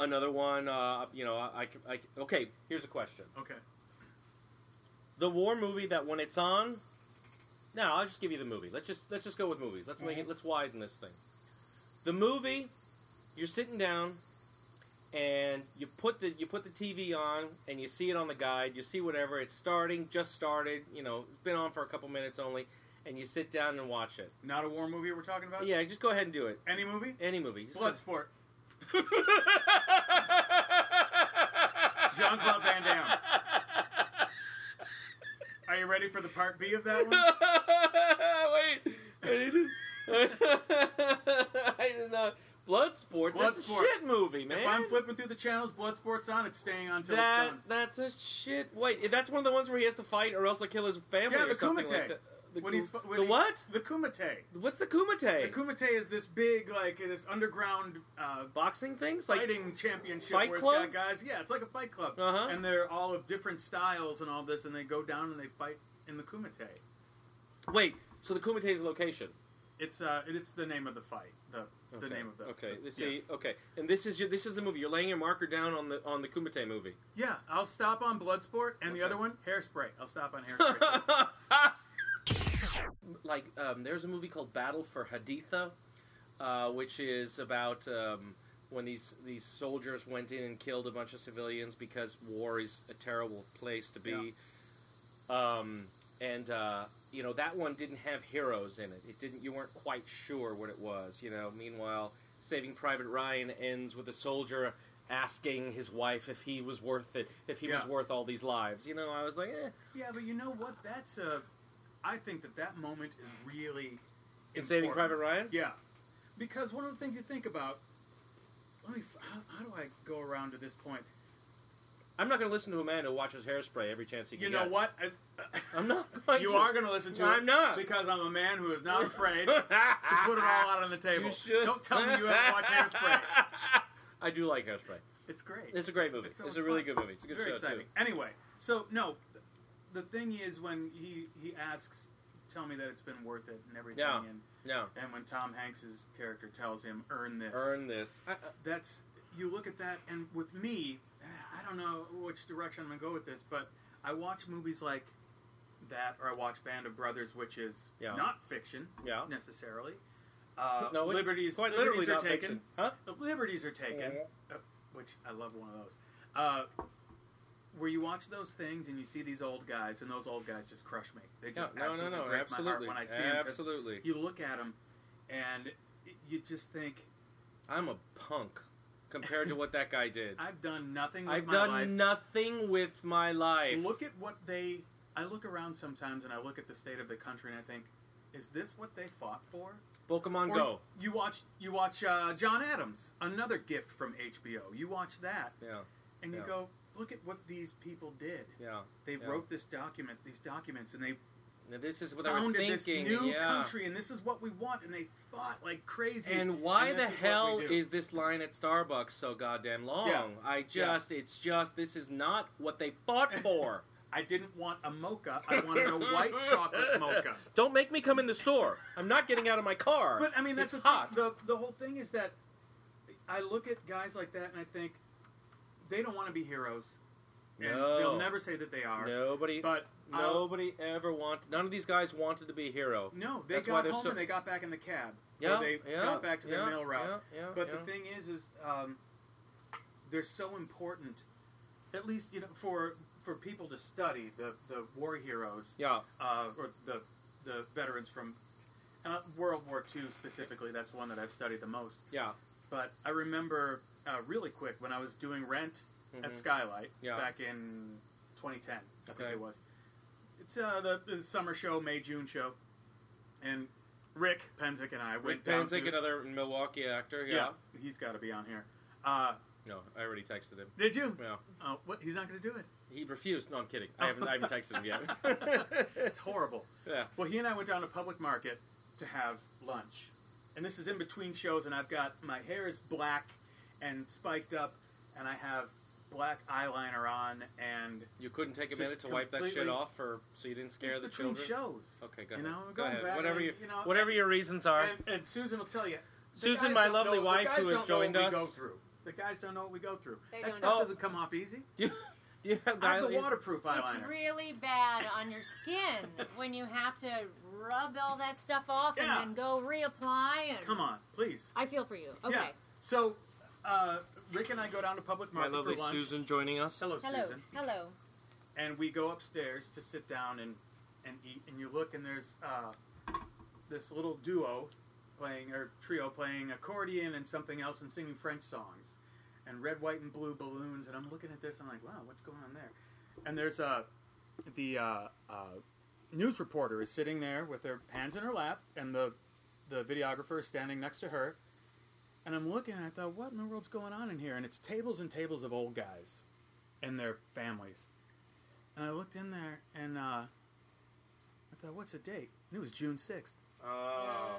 Speaker 1: another one. Uh, you know, I, I- I okay. Here's a question
Speaker 2: Okay.
Speaker 1: the war movie that when it's on no i'll just give you the movie let's just let's just go with movies let's make it let's widen this thing the movie you're sitting down and you put the you put the tv on and you see it on the guide you see whatever it's starting just started you know it's been on for a couple minutes only and you sit down and watch it
Speaker 2: Not a war movie we're talking about.
Speaker 1: yeah just go ahead and do it
Speaker 2: Any movie?
Speaker 1: any movie just go-
Speaker 2: Bloodsport. Jean Claude Van Damme. Are you ready for the part B of that one?
Speaker 1: Wait, I didn't. I didn't know. Bloodsport. That's
Speaker 2: Bloodsport.
Speaker 1: a shit movie, man.
Speaker 2: If I'm flipping through the channels, Bloodsport's on. It's staying on till
Speaker 1: that
Speaker 2: it's done.
Speaker 1: that's a shit. Wait, that's one of the ones where he has to fight or else he'll kill his family
Speaker 2: Yeah,
Speaker 1: or
Speaker 2: the
Speaker 1: something
Speaker 2: Kumite.
Speaker 1: like that. The,
Speaker 2: When
Speaker 1: Ku-
Speaker 2: he's fu- when
Speaker 1: the
Speaker 2: he-
Speaker 1: what?
Speaker 2: The Kumite.
Speaker 1: What's the kumite?
Speaker 2: The Kumite is this big, like this underground uh,
Speaker 1: Boxing things like
Speaker 2: fighting championship
Speaker 1: Fight
Speaker 2: where
Speaker 1: Club?
Speaker 2: it's got guys. Yeah, it's like a fight club,
Speaker 1: Uh-huh.
Speaker 2: and they're all of different styles and all this, and they go down and they fight in the Kumite.
Speaker 1: wait. So the kumite is a location.
Speaker 2: It's uh, it's the name of the fight. The the
Speaker 1: Okay,
Speaker 2: name of the
Speaker 1: Okay,
Speaker 2: the-
Speaker 1: let's see. Okay, and this is your this is the movie. You're laying your marker down on the on the kumite movie.
Speaker 2: Yeah. yeah, I'll stop on Bloodsport, and
Speaker 1: Okay.
Speaker 2: the other one, Hairspray. I'll stop on Hairspray.
Speaker 1: like um, there's a movie called Battle for Haditha, uh, which is about um, when these these soldiers went in and killed a bunch of civilians because war is a terrible place to be. Um, and uh, you know that one didn't have heroes in it. It didn't. You weren't quite sure what it was. You know. Meanwhile, Saving Private Ryan ends with a soldier asking his wife if he was worth it, if he was
Speaker 2: Yeah.
Speaker 1: worth all these lives. You know, I was like, eh.
Speaker 2: yeah, but you know what? That's a. I think that that moment is really.
Speaker 1: Mm-hmm. In Saving
Speaker 2: important.
Speaker 1: Private Ryan.
Speaker 2: Yeah, because one of the things you think about. Let me. How, how do I go around to this point?
Speaker 1: I'm not going to listen to a man who watches Hairspray every chance he can.
Speaker 2: You know
Speaker 1: get.
Speaker 2: what? I-
Speaker 1: I'm not. Going
Speaker 2: you
Speaker 1: to.
Speaker 2: are going to listen to
Speaker 1: No,
Speaker 2: it.
Speaker 1: I'm not.
Speaker 2: because I'm a man who is not afraid to put it all out on the table.
Speaker 1: You should.
Speaker 2: Don't tell me you haven't watched Hairspray.
Speaker 1: I do like Hairspray.
Speaker 2: It's great.
Speaker 1: It's a great movie.
Speaker 2: It's
Speaker 1: It's,
Speaker 2: so
Speaker 1: a really
Speaker 2: fun.
Speaker 1: good movie. It's a good
Speaker 2: very
Speaker 1: show
Speaker 2: exciting. Anyway, so no, the thing is when he he asks, "Tell me that it's been worth it" and everything,
Speaker 1: Yeah.
Speaker 2: and,
Speaker 1: too. No,
Speaker 2: and when Tom Hanks's character tells him, "Earn this," Uh,
Speaker 1: earn this. I, I-
Speaker 2: that's you look at that, and with me, eh, I don't know which direction I'm gonna go with this, but I watch movies like that, or I watch Band of Brothers, which is
Speaker 1: Yeah.
Speaker 2: not fiction
Speaker 1: yeah.
Speaker 2: necessarily. Uh,
Speaker 1: no, it's
Speaker 2: liberties,
Speaker 1: quite literally
Speaker 2: liberties are
Speaker 1: not
Speaker 2: taken.
Speaker 1: fiction. Huh?
Speaker 2: The liberties are taken,
Speaker 1: Yeah.
Speaker 2: uh, which I love one of those. Uh, where you watch those things and you see these old guys, and those old guys just crush me. They
Speaker 1: No,
Speaker 2: just
Speaker 1: no, no, no.
Speaker 2: absolutely break my heart
Speaker 1: Absolutely.
Speaker 2: when I see them. 'cause
Speaker 1: absolutely.
Speaker 2: You look at them, and y- you just think,
Speaker 1: I'm a punk compared to what that guy did.
Speaker 2: I've done nothing with
Speaker 1: I've
Speaker 2: my
Speaker 1: done
Speaker 2: life.
Speaker 1: nothing with my life.
Speaker 2: Look at what they. I look around sometimes and I look at the state of the country and I think, is this what they fought for?
Speaker 1: Pokemon
Speaker 2: Or
Speaker 1: Go.
Speaker 2: You watch you watch uh, John Adams, another gift from HBO. You watch that
Speaker 1: Yeah,
Speaker 2: and you
Speaker 1: Yeah.
Speaker 2: go, look at what these people did.
Speaker 1: yeah.
Speaker 2: They
Speaker 1: Yeah.
Speaker 2: wrote this document, these documents, and they
Speaker 1: Now, this is what I was
Speaker 2: founded this
Speaker 1: thinking.
Speaker 2: new
Speaker 1: yeah.
Speaker 2: country, and this is what we want. And they fought like crazy.
Speaker 1: And why
Speaker 2: and
Speaker 1: the
Speaker 2: this is what
Speaker 1: hell
Speaker 2: we do.
Speaker 1: is this line at Starbucks so goddamn long?
Speaker 2: Yeah.
Speaker 1: I just, it's just, this is not what they fought for.
Speaker 2: I didn't want a mocha. I wanted a white chocolate mocha.
Speaker 1: Don't make me come in the store. I'm not getting out of my car.
Speaker 2: But I mean, that's
Speaker 1: It's
Speaker 2: the, thing.
Speaker 1: hot.
Speaker 2: the the whole thing is that I look at guys like that and I think they don't want to be heroes, and
Speaker 1: No.
Speaker 2: they'll never say that they are.
Speaker 1: nobody,
Speaker 2: But I'll-
Speaker 1: nobody ever wanted. None of these guys wanted to be a hero.
Speaker 2: no, they
Speaker 1: That's why
Speaker 2: got
Speaker 1: they're
Speaker 2: home
Speaker 1: so-
Speaker 2: and they got back in the cab.
Speaker 1: Yeah,
Speaker 2: or they
Speaker 1: yeah,
Speaker 2: got back to their
Speaker 1: yeah,
Speaker 2: mail route.
Speaker 1: Yeah, yeah,
Speaker 2: but
Speaker 1: yeah.
Speaker 2: the thing is, is um, they're so important. At least you know for for people to study the the war heroes
Speaker 1: Yeah.
Speaker 2: uh, or the the veterans from uh, World War II specifically. That's one that I've studied the most.
Speaker 1: Yeah.
Speaker 2: But I remember uh, really quick when I was doing Rent at
Speaker 1: Mhm.
Speaker 2: Skylight
Speaker 1: Yeah.
Speaker 2: back in 2010. I think
Speaker 1: Okay.
Speaker 2: it was. It's uh, the, the summer show, May June show, and Rick Penzick and I
Speaker 1: Rick
Speaker 2: went down
Speaker 1: Panzik,
Speaker 2: to-
Speaker 1: another Milwaukee actor. Yeah.
Speaker 2: yeah, he's got to be on here. Uh,
Speaker 1: No, I already texted him.
Speaker 2: did you?
Speaker 1: Yeah.
Speaker 2: Uh, what? He's not going to do it.
Speaker 1: He refused. No, I'm kidding. I haven't, I haven't texted him yet.
Speaker 2: It's horrible.
Speaker 1: yeah.
Speaker 2: Well, he and I went down to Public Market to have lunch. And this is in between shows, and I've got my hair is black and spiked up, and I have black eyeliner on, and
Speaker 1: You couldn't take a
Speaker 2: Just
Speaker 1: minute to wipe that shit
Speaker 2: completely-
Speaker 1: off, or so you didn't scare
Speaker 2: it's
Speaker 1: the
Speaker 2: between
Speaker 1: children.
Speaker 2: shows.
Speaker 1: Okay, go
Speaker 2: You
Speaker 1: ahead.
Speaker 2: know,
Speaker 1: go
Speaker 2: going
Speaker 1: ahead.
Speaker 2: back,
Speaker 1: whatever
Speaker 2: and,
Speaker 1: you,
Speaker 2: you know,
Speaker 1: whatever your reasons are.
Speaker 2: And, and Susan will tell you. the
Speaker 1: Susan,
Speaker 2: guys
Speaker 1: my
Speaker 2: don't
Speaker 1: lovely
Speaker 2: know- the
Speaker 1: wife
Speaker 2: guys
Speaker 1: who has
Speaker 2: don't know what
Speaker 1: joined us.
Speaker 2: We go through. The guys don't know what we go through.
Speaker 4: They
Speaker 2: that
Speaker 4: don't
Speaker 2: stuff
Speaker 1: know.
Speaker 2: doesn't come off easy.
Speaker 1: you, you have
Speaker 2: I have
Speaker 1: dial-
Speaker 2: the waterproof eyeliner.
Speaker 4: It's really bad on your skin when you have to rub all that stuff off
Speaker 2: Yeah.
Speaker 4: and then go reapply. And
Speaker 2: Come on, please.
Speaker 4: I feel for you. Okay.
Speaker 2: Yeah. So, uh, Rick and I go down to Public
Speaker 1: My
Speaker 2: Market
Speaker 1: lovely
Speaker 2: for lunch.
Speaker 1: Susan joining us.
Speaker 2: Hello,
Speaker 4: Hello.
Speaker 2: Susan.
Speaker 4: Hello.
Speaker 2: and we go upstairs to sit down and, and eat and you look and there's uh, this little duo playing or trio playing accordion and something else and singing french songs and red white and blue balloons and i'm looking at this i'm like wow what's going on there and there's uh, the uh, uh, news reporter is sitting there with her hands in her lap and the, the videographer is standing next to her and i'm looking and i thought what in the world's going on in here and it's tables and tables of old guys and their families and I looked in there and uh, I thought, what's the date? And it was June 6th.
Speaker 1: Oh.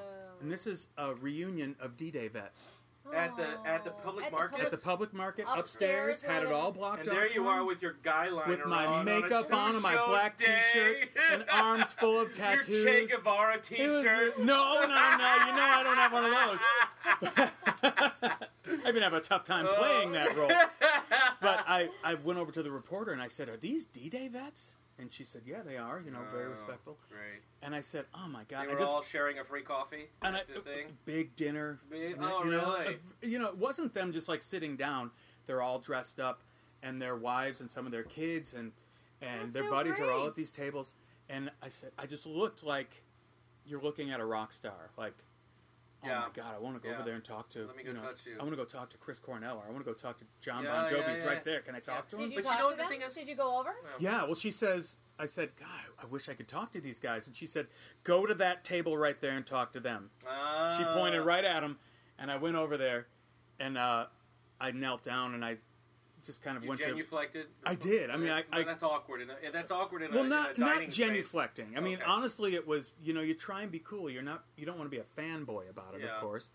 Speaker 2: And this is a reunion of D Day vets.
Speaker 1: At the- at the public market?
Speaker 2: At the public market upstairs,
Speaker 4: Upstairs,
Speaker 2: had it
Speaker 4: whatever.
Speaker 2: all blocked
Speaker 1: And there
Speaker 2: off
Speaker 1: you
Speaker 2: for 'em,
Speaker 1: are with your guy liner
Speaker 2: with my
Speaker 1: on, on a
Speaker 2: makeup on and my
Speaker 1: two-show
Speaker 2: black
Speaker 1: day.
Speaker 2: t-shirt and arms full of tattoos.
Speaker 1: Your Che Guevara
Speaker 2: It was-
Speaker 1: T-shirt.
Speaker 2: no, no, no. You know I don't have one of those. I even have a tough time playing that role.
Speaker 1: Oh.
Speaker 2: But I, I went over to the reporter and I said, Are these D Day vets? And she said, Yeah, they are, you know, very
Speaker 1: Oh.
Speaker 2: respectful.
Speaker 1: Great.
Speaker 2: And I said, Oh my God.
Speaker 1: They
Speaker 2: I
Speaker 1: were
Speaker 2: just,
Speaker 1: all sharing a free coffee.
Speaker 2: and I,
Speaker 1: at the thing.
Speaker 2: big dinner.
Speaker 1: Big-
Speaker 2: you know-
Speaker 1: oh,
Speaker 2: you know,
Speaker 1: really?
Speaker 2: uh, you know, it wasn't them just like sitting down. They're all dressed up, and their wives and some of their kids and and
Speaker 4: That's
Speaker 2: their
Speaker 4: so
Speaker 2: buddies are all
Speaker 4: great.
Speaker 2: at these tables. And I said, I just looked like you're looking at a rock star. Like, oh
Speaker 1: Yeah.
Speaker 2: my god, I want to go
Speaker 1: Yeah.
Speaker 2: over there and talk to.
Speaker 1: Let me go
Speaker 2: know,
Speaker 1: touch you.
Speaker 2: I want to go talk to Chris Cornell. Or I want to go talk to John
Speaker 1: Yeah,
Speaker 2: Bon Jovi's
Speaker 1: yeah, yeah.
Speaker 2: right there. Can I talk to him?
Speaker 4: Did you
Speaker 1: But you
Speaker 4: talk
Speaker 1: know
Speaker 4: to
Speaker 1: the
Speaker 4: them?
Speaker 1: thing is-
Speaker 4: Did you go over?
Speaker 2: Yeah, well, she says, I said, God, I wish I could talk to these guys. And she said, go to that table right there and talk to them.
Speaker 1: Ah.
Speaker 2: She pointed right at him, and I went over there, and uh, I knelt down and I just kind of
Speaker 1: You
Speaker 2: went
Speaker 1: genuflected.
Speaker 2: to. I did. I mean, I.
Speaker 1: That's-
Speaker 2: I
Speaker 1: that's awkward. In a, that's awkward in a
Speaker 2: well,
Speaker 1: in
Speaker 2: not
Speaker 1: a
Speaker 2: not
Speaker 1: dining space.
Speaker 2: genuflecting. I mean,
Speaker 1: Okay.
Speaker 2: honestly, it was you know you try and be cool. You're not you don't want to be a fanboy about it,
Speaker 1: Yeah.
Speaker 2: of course.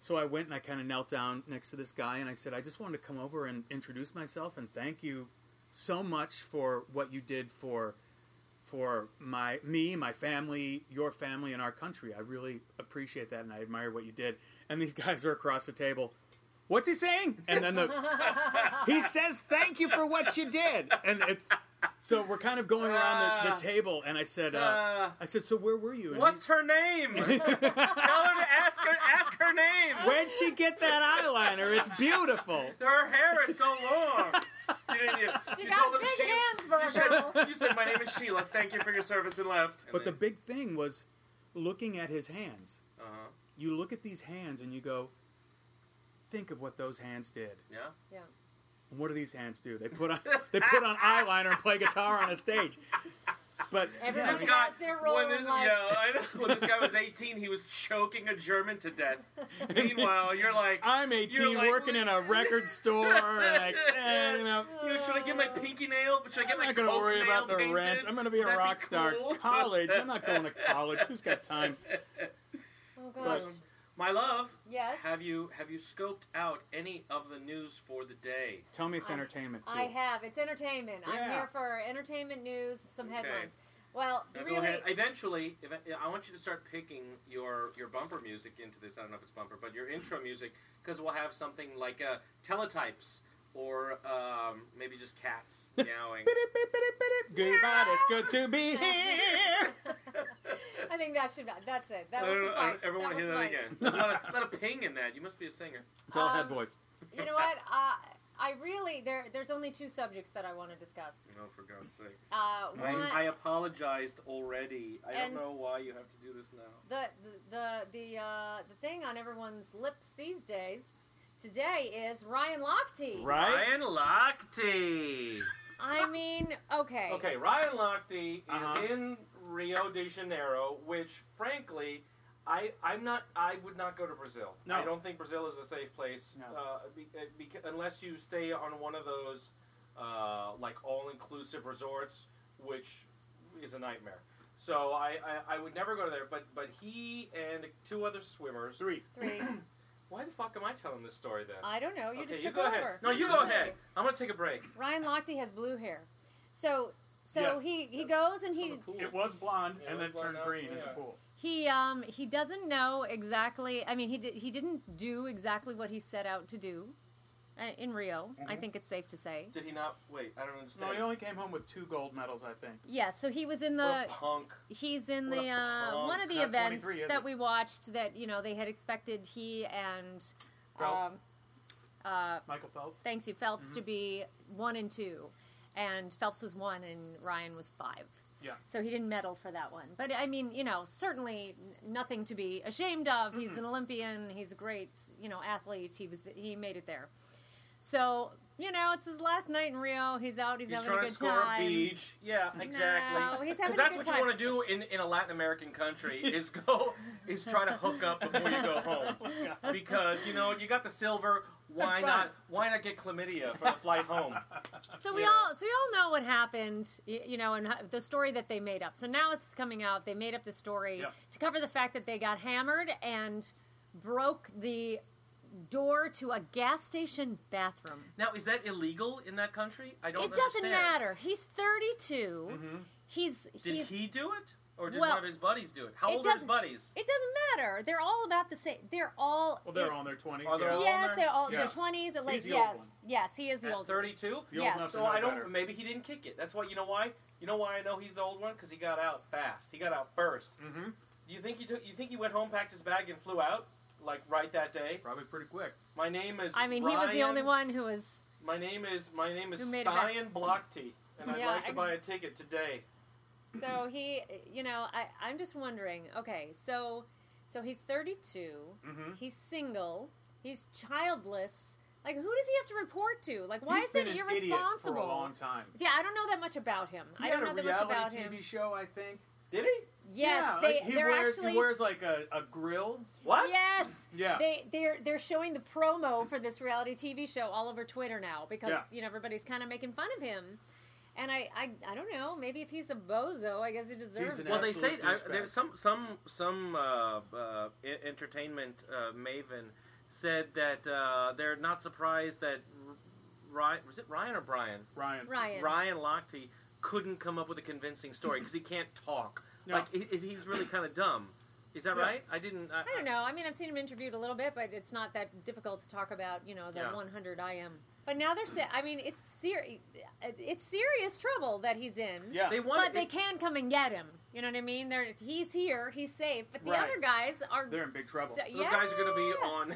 Speaker 2: So I went and I kind of knelt down next to this guy and I said, I just wanted to come over and introduce myself and thank you so much for what you did for for my me, my family, your family, and our country. I really appreciate that and I admire what you did. And these guys are across the table. What's he saying? And then the he says thank you for what you did and it's so we're kind of going around the, the table and i said uh,
Speaker 1: Uh,
Speaker 2: i said so where were you and
Speaker 1: what's her name? Tell her to ask her. Ask her name.
Speaker 2: he- where'd she get that eyeliner it's beautiful
Speaker 1: Her hair is so long. You, didn't- you-
Speaker 4: She
Speaker 1: you
Speaker 4: got
Speaker 1: told him
Speaker 4: big
Speaker 1: Sheila.
Speaker 4: hands for a girl.
Speaker 1: You said, you said my name is Sheila. Thank you for your service and left. And
Speaker 2: but the
Speaker 1: then-
Speaker 2: big thing was looking at his hands
Speaker 1: uh-huh.
Speaker 2: you look at these hands and you go think of what those hands did
Speaker 1: yeah.
Speaker 4: Yeah.
Speaker 2: And what do these hands do they put on they put on eyeliner and play guitar on a stage but
Speaker 4: Everyone
Speaker 2: yeah,
Speaker 1: This guy,
Speaker 4: has their role
Speaker 1: when, this,
Speaker 4: in life.
Speaker 1: yeah, I know. when this guy was 18, he was choking a German to death. Meanwhile, you're like,
Speaker 2: i'm 18
Speaker 1: like-
Speaker 2: working in a record store and like eh, you know
Speaker 1: You know, should I get my pinky nail? But should I get
Speaker 2: I'm
Speaker 1: my
Speaker 2: not going to
Speaker 1: Coke
Speaker 2: worry
Speaker 1: nail
Speaker 2: about the
Speaker 1: painted?
Speaker 2: rent. I'm going to be a
Speaker 1: That'd
Speaker 2: rock star.
Speaker 1: cool.
Speaker 2: College. I'm not going to college. Who's got time?
Speaker 4: Oh, gosh.
Speaker 1: Um, my love,
Speaker 4: Yes.
Speaker 1: have you have you scoped out any of the news for the day?
Speaker 2: Tell me it's
Speaker 4: I-
Speaker 2: entertainment too.
Speaker 4: I have. It's entertainment. I'm
Speaker 2: Yeah.
Speaker 4: here for entertainment news, some
Speaker 1: Okay.
Speaker 4: headlines. Well,
Speaker 1: Now
Speaker 4: really,
Speaker 1: go ahead. Eventually, if, I want you to start picking your your bumper music into this. I don't know if it's bumper, but your intro music, because we'll have something like uh, teletypes or um, maybe just cats meowing.
Speaker 2: Bidip, bidip, bidip, bidip. Goodbye. It's good to be here.
Speaker 4: I think that should. That's it. That
Speaker 1: I
Speaker 4: was
Speaker 1: don't know, I-
Speaker 4: suffice.
Speaker 1: everyone
Speaker 4: that
Speaker 1: hear
Speaker 4: was
Speaker 1: that
Speaker 4: suffice.
Speaker 1: again. Let a, let a ping in that. You must be a singer.
Speaker 2: It's all head
Speaker 4: Um,
Speaker 2: voice.
Speaker 4: You know what? Uh, I really there. There's only two subjects that I want to discuss.
Speaker 1: No, for God's sake.
Speaker 4: Uh, one,
Speaker 1: I, I apologized already. I
Speaker 4: And-
Speaker 1: don't know why you have to do this now.
Speaker 4: the the the uh, the thing on everyone's lips these days today is Ryan Lochte.
Speaker 3: Right?
Speaker 1: Ryan Lochte.
Speaker 4: I mean, okay.
Speaker 1: Okay, Ryan Lochte is
Speaker 2: Uh-huh.
Speaker 1: in Rio de Janeiro, which, frankly, I I'm not. I would not go to Brazil.
Speaker 2: No.
Speaker 1: I don't think Brazil is a safe place.
Speaker 2: No.
Speaker 1: Uh, be, uh, beca- unless you stay on one of those uh, like all inclusive resorts, which is a nightmare. So I, I, I would never go there. But but he and two other swimmers.
Speaker 2: Three.
Speaker 4: Three.
Speaker 1: Why the fuck am I telling this story then?
Speaker 4: I don't know. Oh, You
Speaker 1: okay,
Speaker 4: just
Speaker 1: you
Speaker 4: took
Speaker 1: go
Speaker 4: over.
Speaker 1: ahead. No, you go ahead. I'm gonna take a break.
Speaker 4: Ryan Lochte has blue hair, so so
Speaker 2: Yes.
Speaker 4: he he goes and he
Speaker 1: From the pool.
Speaker 2: It was blonde
Speaker 1: Yeah,
Speaker 2: and
Speaker 1: it was
Speaker 2: then
Speaker 1: blonde
Speaker 2: turned
Speaker 1: out,
Speaker 2: green in the
Speaker 1: yeah.
Speaker 2: pool.
Speaker 4: He um he doesn't know exactly. I mean, he did, he didn't do exactly what he set out to do uh, in Rio.
Speaker 1: Mm-hmm.
Speaker 4: I think it's safe to say.
Speaker 1: Did he not? Wait, I don't
Speaker 2: No,
Speaker 1: understand.
Speaker 2: he only came home with two gold medals, I think.
Speaker 4: Yeah, so he was in
Speaker 1: What
Speaker 4: the
Speaker 1: a punk.
Speaker 4: he's in
Speaker 1: what
Speaker 4: the
Speaker 1: a
Speaker 4: uh,
Speaker 1: punk.
Speaker 4: one of the
Speaker 2: Not
Speaker 4: events
Speaker 2: 23, is
Speaker 4: that
Speaker 2: it?
Speaker 4: we watched that you know they had expected he and um,
Speaker 2: Phelps.
Speaker 4: uh,
Speaker 2: Michael Phelps.
Speaker 4: thanks you Phelps
Speaker 1: Mm-hmm.
Speaker 4: to be one and two, and Phelps was one and Ryan was five.
Speaker 2: Yeah.
Speaker 4: So he didn't medal for that one. But I mean, you know, certainly n- nothing to be ashamed of.
Speaker 1: Mm-hmm.
Speaker 4: He's an Olympian. He's a great, you know, athlete. He was he made it there. So you know, it's his last night in Rio. He's out. He's,
Speaker 1: He's
Speaker 4: having a
Speaker 1: trying
Speaker 4: good
Speaker 1: to score
Speaker 4: time.
Speaker 1: a beach. Yeah, exactly.
Speaker 4: No, he's having a
Speaker 1: that's what
Speaker 4: good
Speaker 1: you
Speaker 4: time.
Speaker 1: want to do in, in a Latin American country is go is try to hook up before you go home because you know you got the silver. Why
Speaker 2: That's
Speaker 1: not?
Speaker 2: fine.
Speaker 1: Why not get chlamydia for the flight home?
Speaker 4: So we
Speaker 1: Yeah.
Speaker 4: all so we all know what happened, y- you know, and ho- the story that they made up. So now it's coming out. They made up the story
Speaker 2: Yeah.
Speaker 4: to cover the fact that they got hammered and broke the door to a gas station bathroom.
Speaker 1: Now, is that illegal in that country? I don't.
Speaker 4: it doesn't
Speaker 1: understand. Mm-hmm.
Speaker 4: matter. He's 32.
Speaker 2: Mm-hmm.
Speaker 4: He's
Speaker 1: Did
Speaker 4: he's
Speaker 1: he do it, or did
Speaker 4: Well,
Speaker 1: one of his buddies do it? How
Speaker 4: it
Speaker 1: old are his
Speaker 4: doesn't-
Speaker 1: buddies?
Speaker 4: It doesn't matter. They're all about the same. They're all
Speaker 2: Well, they're
Speaker 4: it-
Speaker 2: all in their 20s.
Speaker 1: Are they
Speaker 2: yeah.
Speaker 1: all-
Speaker 4: Yes,
Speaker 1: older?
Speaker 4: they're all they're
Speaker 2: Yes.
Speaker 4: 20s at least.
Speaker 2: the old
Speaker 4: Yes.
Speaker 2: one.
Speaker 4: Yes, he is the
Speaker 1: At
Speaker 4: older. one.
Speaker 1: thirty-two.
Speaker 2: The old
Speaker 4: Yes.
Speaker 2: enough to
Speaker 1: So
Speaker 2: know
Speaker 1: I don't.
Speaker 2: better.
Speaker 1: Maybe he didn't kick it. That's why. You know why? You know why I know he's the old one? Because he got out fast. He got out first.
Speaker 2: Mm-hmm.
Speaker 1: You think he took? You think he went home, packed his bag, and flew out like right that day?
Speaker 2: Probably pretty quick.
Speaker 1: My name is.
Speaker 4: I mean, he was the
Speaker 1: Ryan-
Speaker 4: only one who was
Speaker 1: My name is. My name is
Speaker 4: Who made it back.
Speaker 1: Stein Blockty, and I'd
Speaker 4: Yeah,
Speaker 1: like to
Speaker 4: ex-
Speaker 1: buy a ticket today.
Speaker 4: So he, you know, I, I'm just wondering. Okay, so so he's 32.
Speaker 2: Mhm.
Speaker 4: He's single. He's childless. Like, who does he have to report to? Like, why
Speaker 2: He's
Speaker 4: is that
Speaker 2: been an idiot
Speaker 4: irresponsible?
Speaker 2: for a long time.
Speaker 4: yeah, I don't know that much about him.
Speaker 2: He
Speaker 4: I don't
Speaker 2: had
Speaker 4: know
Speaker 2: a
Speaker 4: that much
Speaker 2: reality
Speaker 4: about
Speaker 2: TV
Speaker 4: him.
Speaker 2: show, I think.
Speaker 1: Did he?
Speaker 4: Yes,
Speaker 2: yeah,
Speaker 4: they
Speaker 2: like, he
Speaker 4: they're
Speaker 2: wears,
Speaker 4: actually
Speaker 2: He wears like a, a grill.
Speaker 1: What?
Speaker 4: yes.
Speaker 2: Yeah.
Speaker 4: They they're they're showing the promo for this reality TV show all over Twitter now because
Speaker 2: Yeah.
Speaker 4: you know everybody's kind of making fun of him. And I, I I don't know. Maybe if he's a bozo, I guess he deserves
Speaker 2: an
Speaker 4: it.
Speaker 1: Well, they say
Speaker 2: Absolute
Speaker 1: I,
Speaker 2: douchebag.
Speaker 1: there's some some some uh, uh, e- entertainment uh, maven said that uh, they're not surprised that R- Ryan was it Ryan or Brian
Speaker 2: Ryan.
Speaker 4: Ryan.
Speaker 1: Ryan Lochte couldn't come up with a convincing story because he can't talk.
Speaker 2: No.
Speaker 1: Like he, he's really kind of dumb. Is that
Speaker 2: Yeah.
Speaker 1: right? I didn't. I,
Speaker 4: I don't know. I mean, I've seen him interviewed a little bit, but it's not that difficult to talk about, you know, the
Speaker 1: Yeah.
Speaker 4: 100 I am. But now they're saying, I mean, it's ser- it's serious trouble that he's in.
Speaker 2: Yeah.
Speaker 1: They want
Speaker 4: But they can come and get him. You know what I mean? They're, he's here, he's safe. But the
Speaker 2: Right.
Speaker 4: other guys are.
Speaker 2: They're in big trouble.
Speaker 4: st-
Speaker 1: Those guys are going to be
Speaker 4: yeah.
Speaker 1: on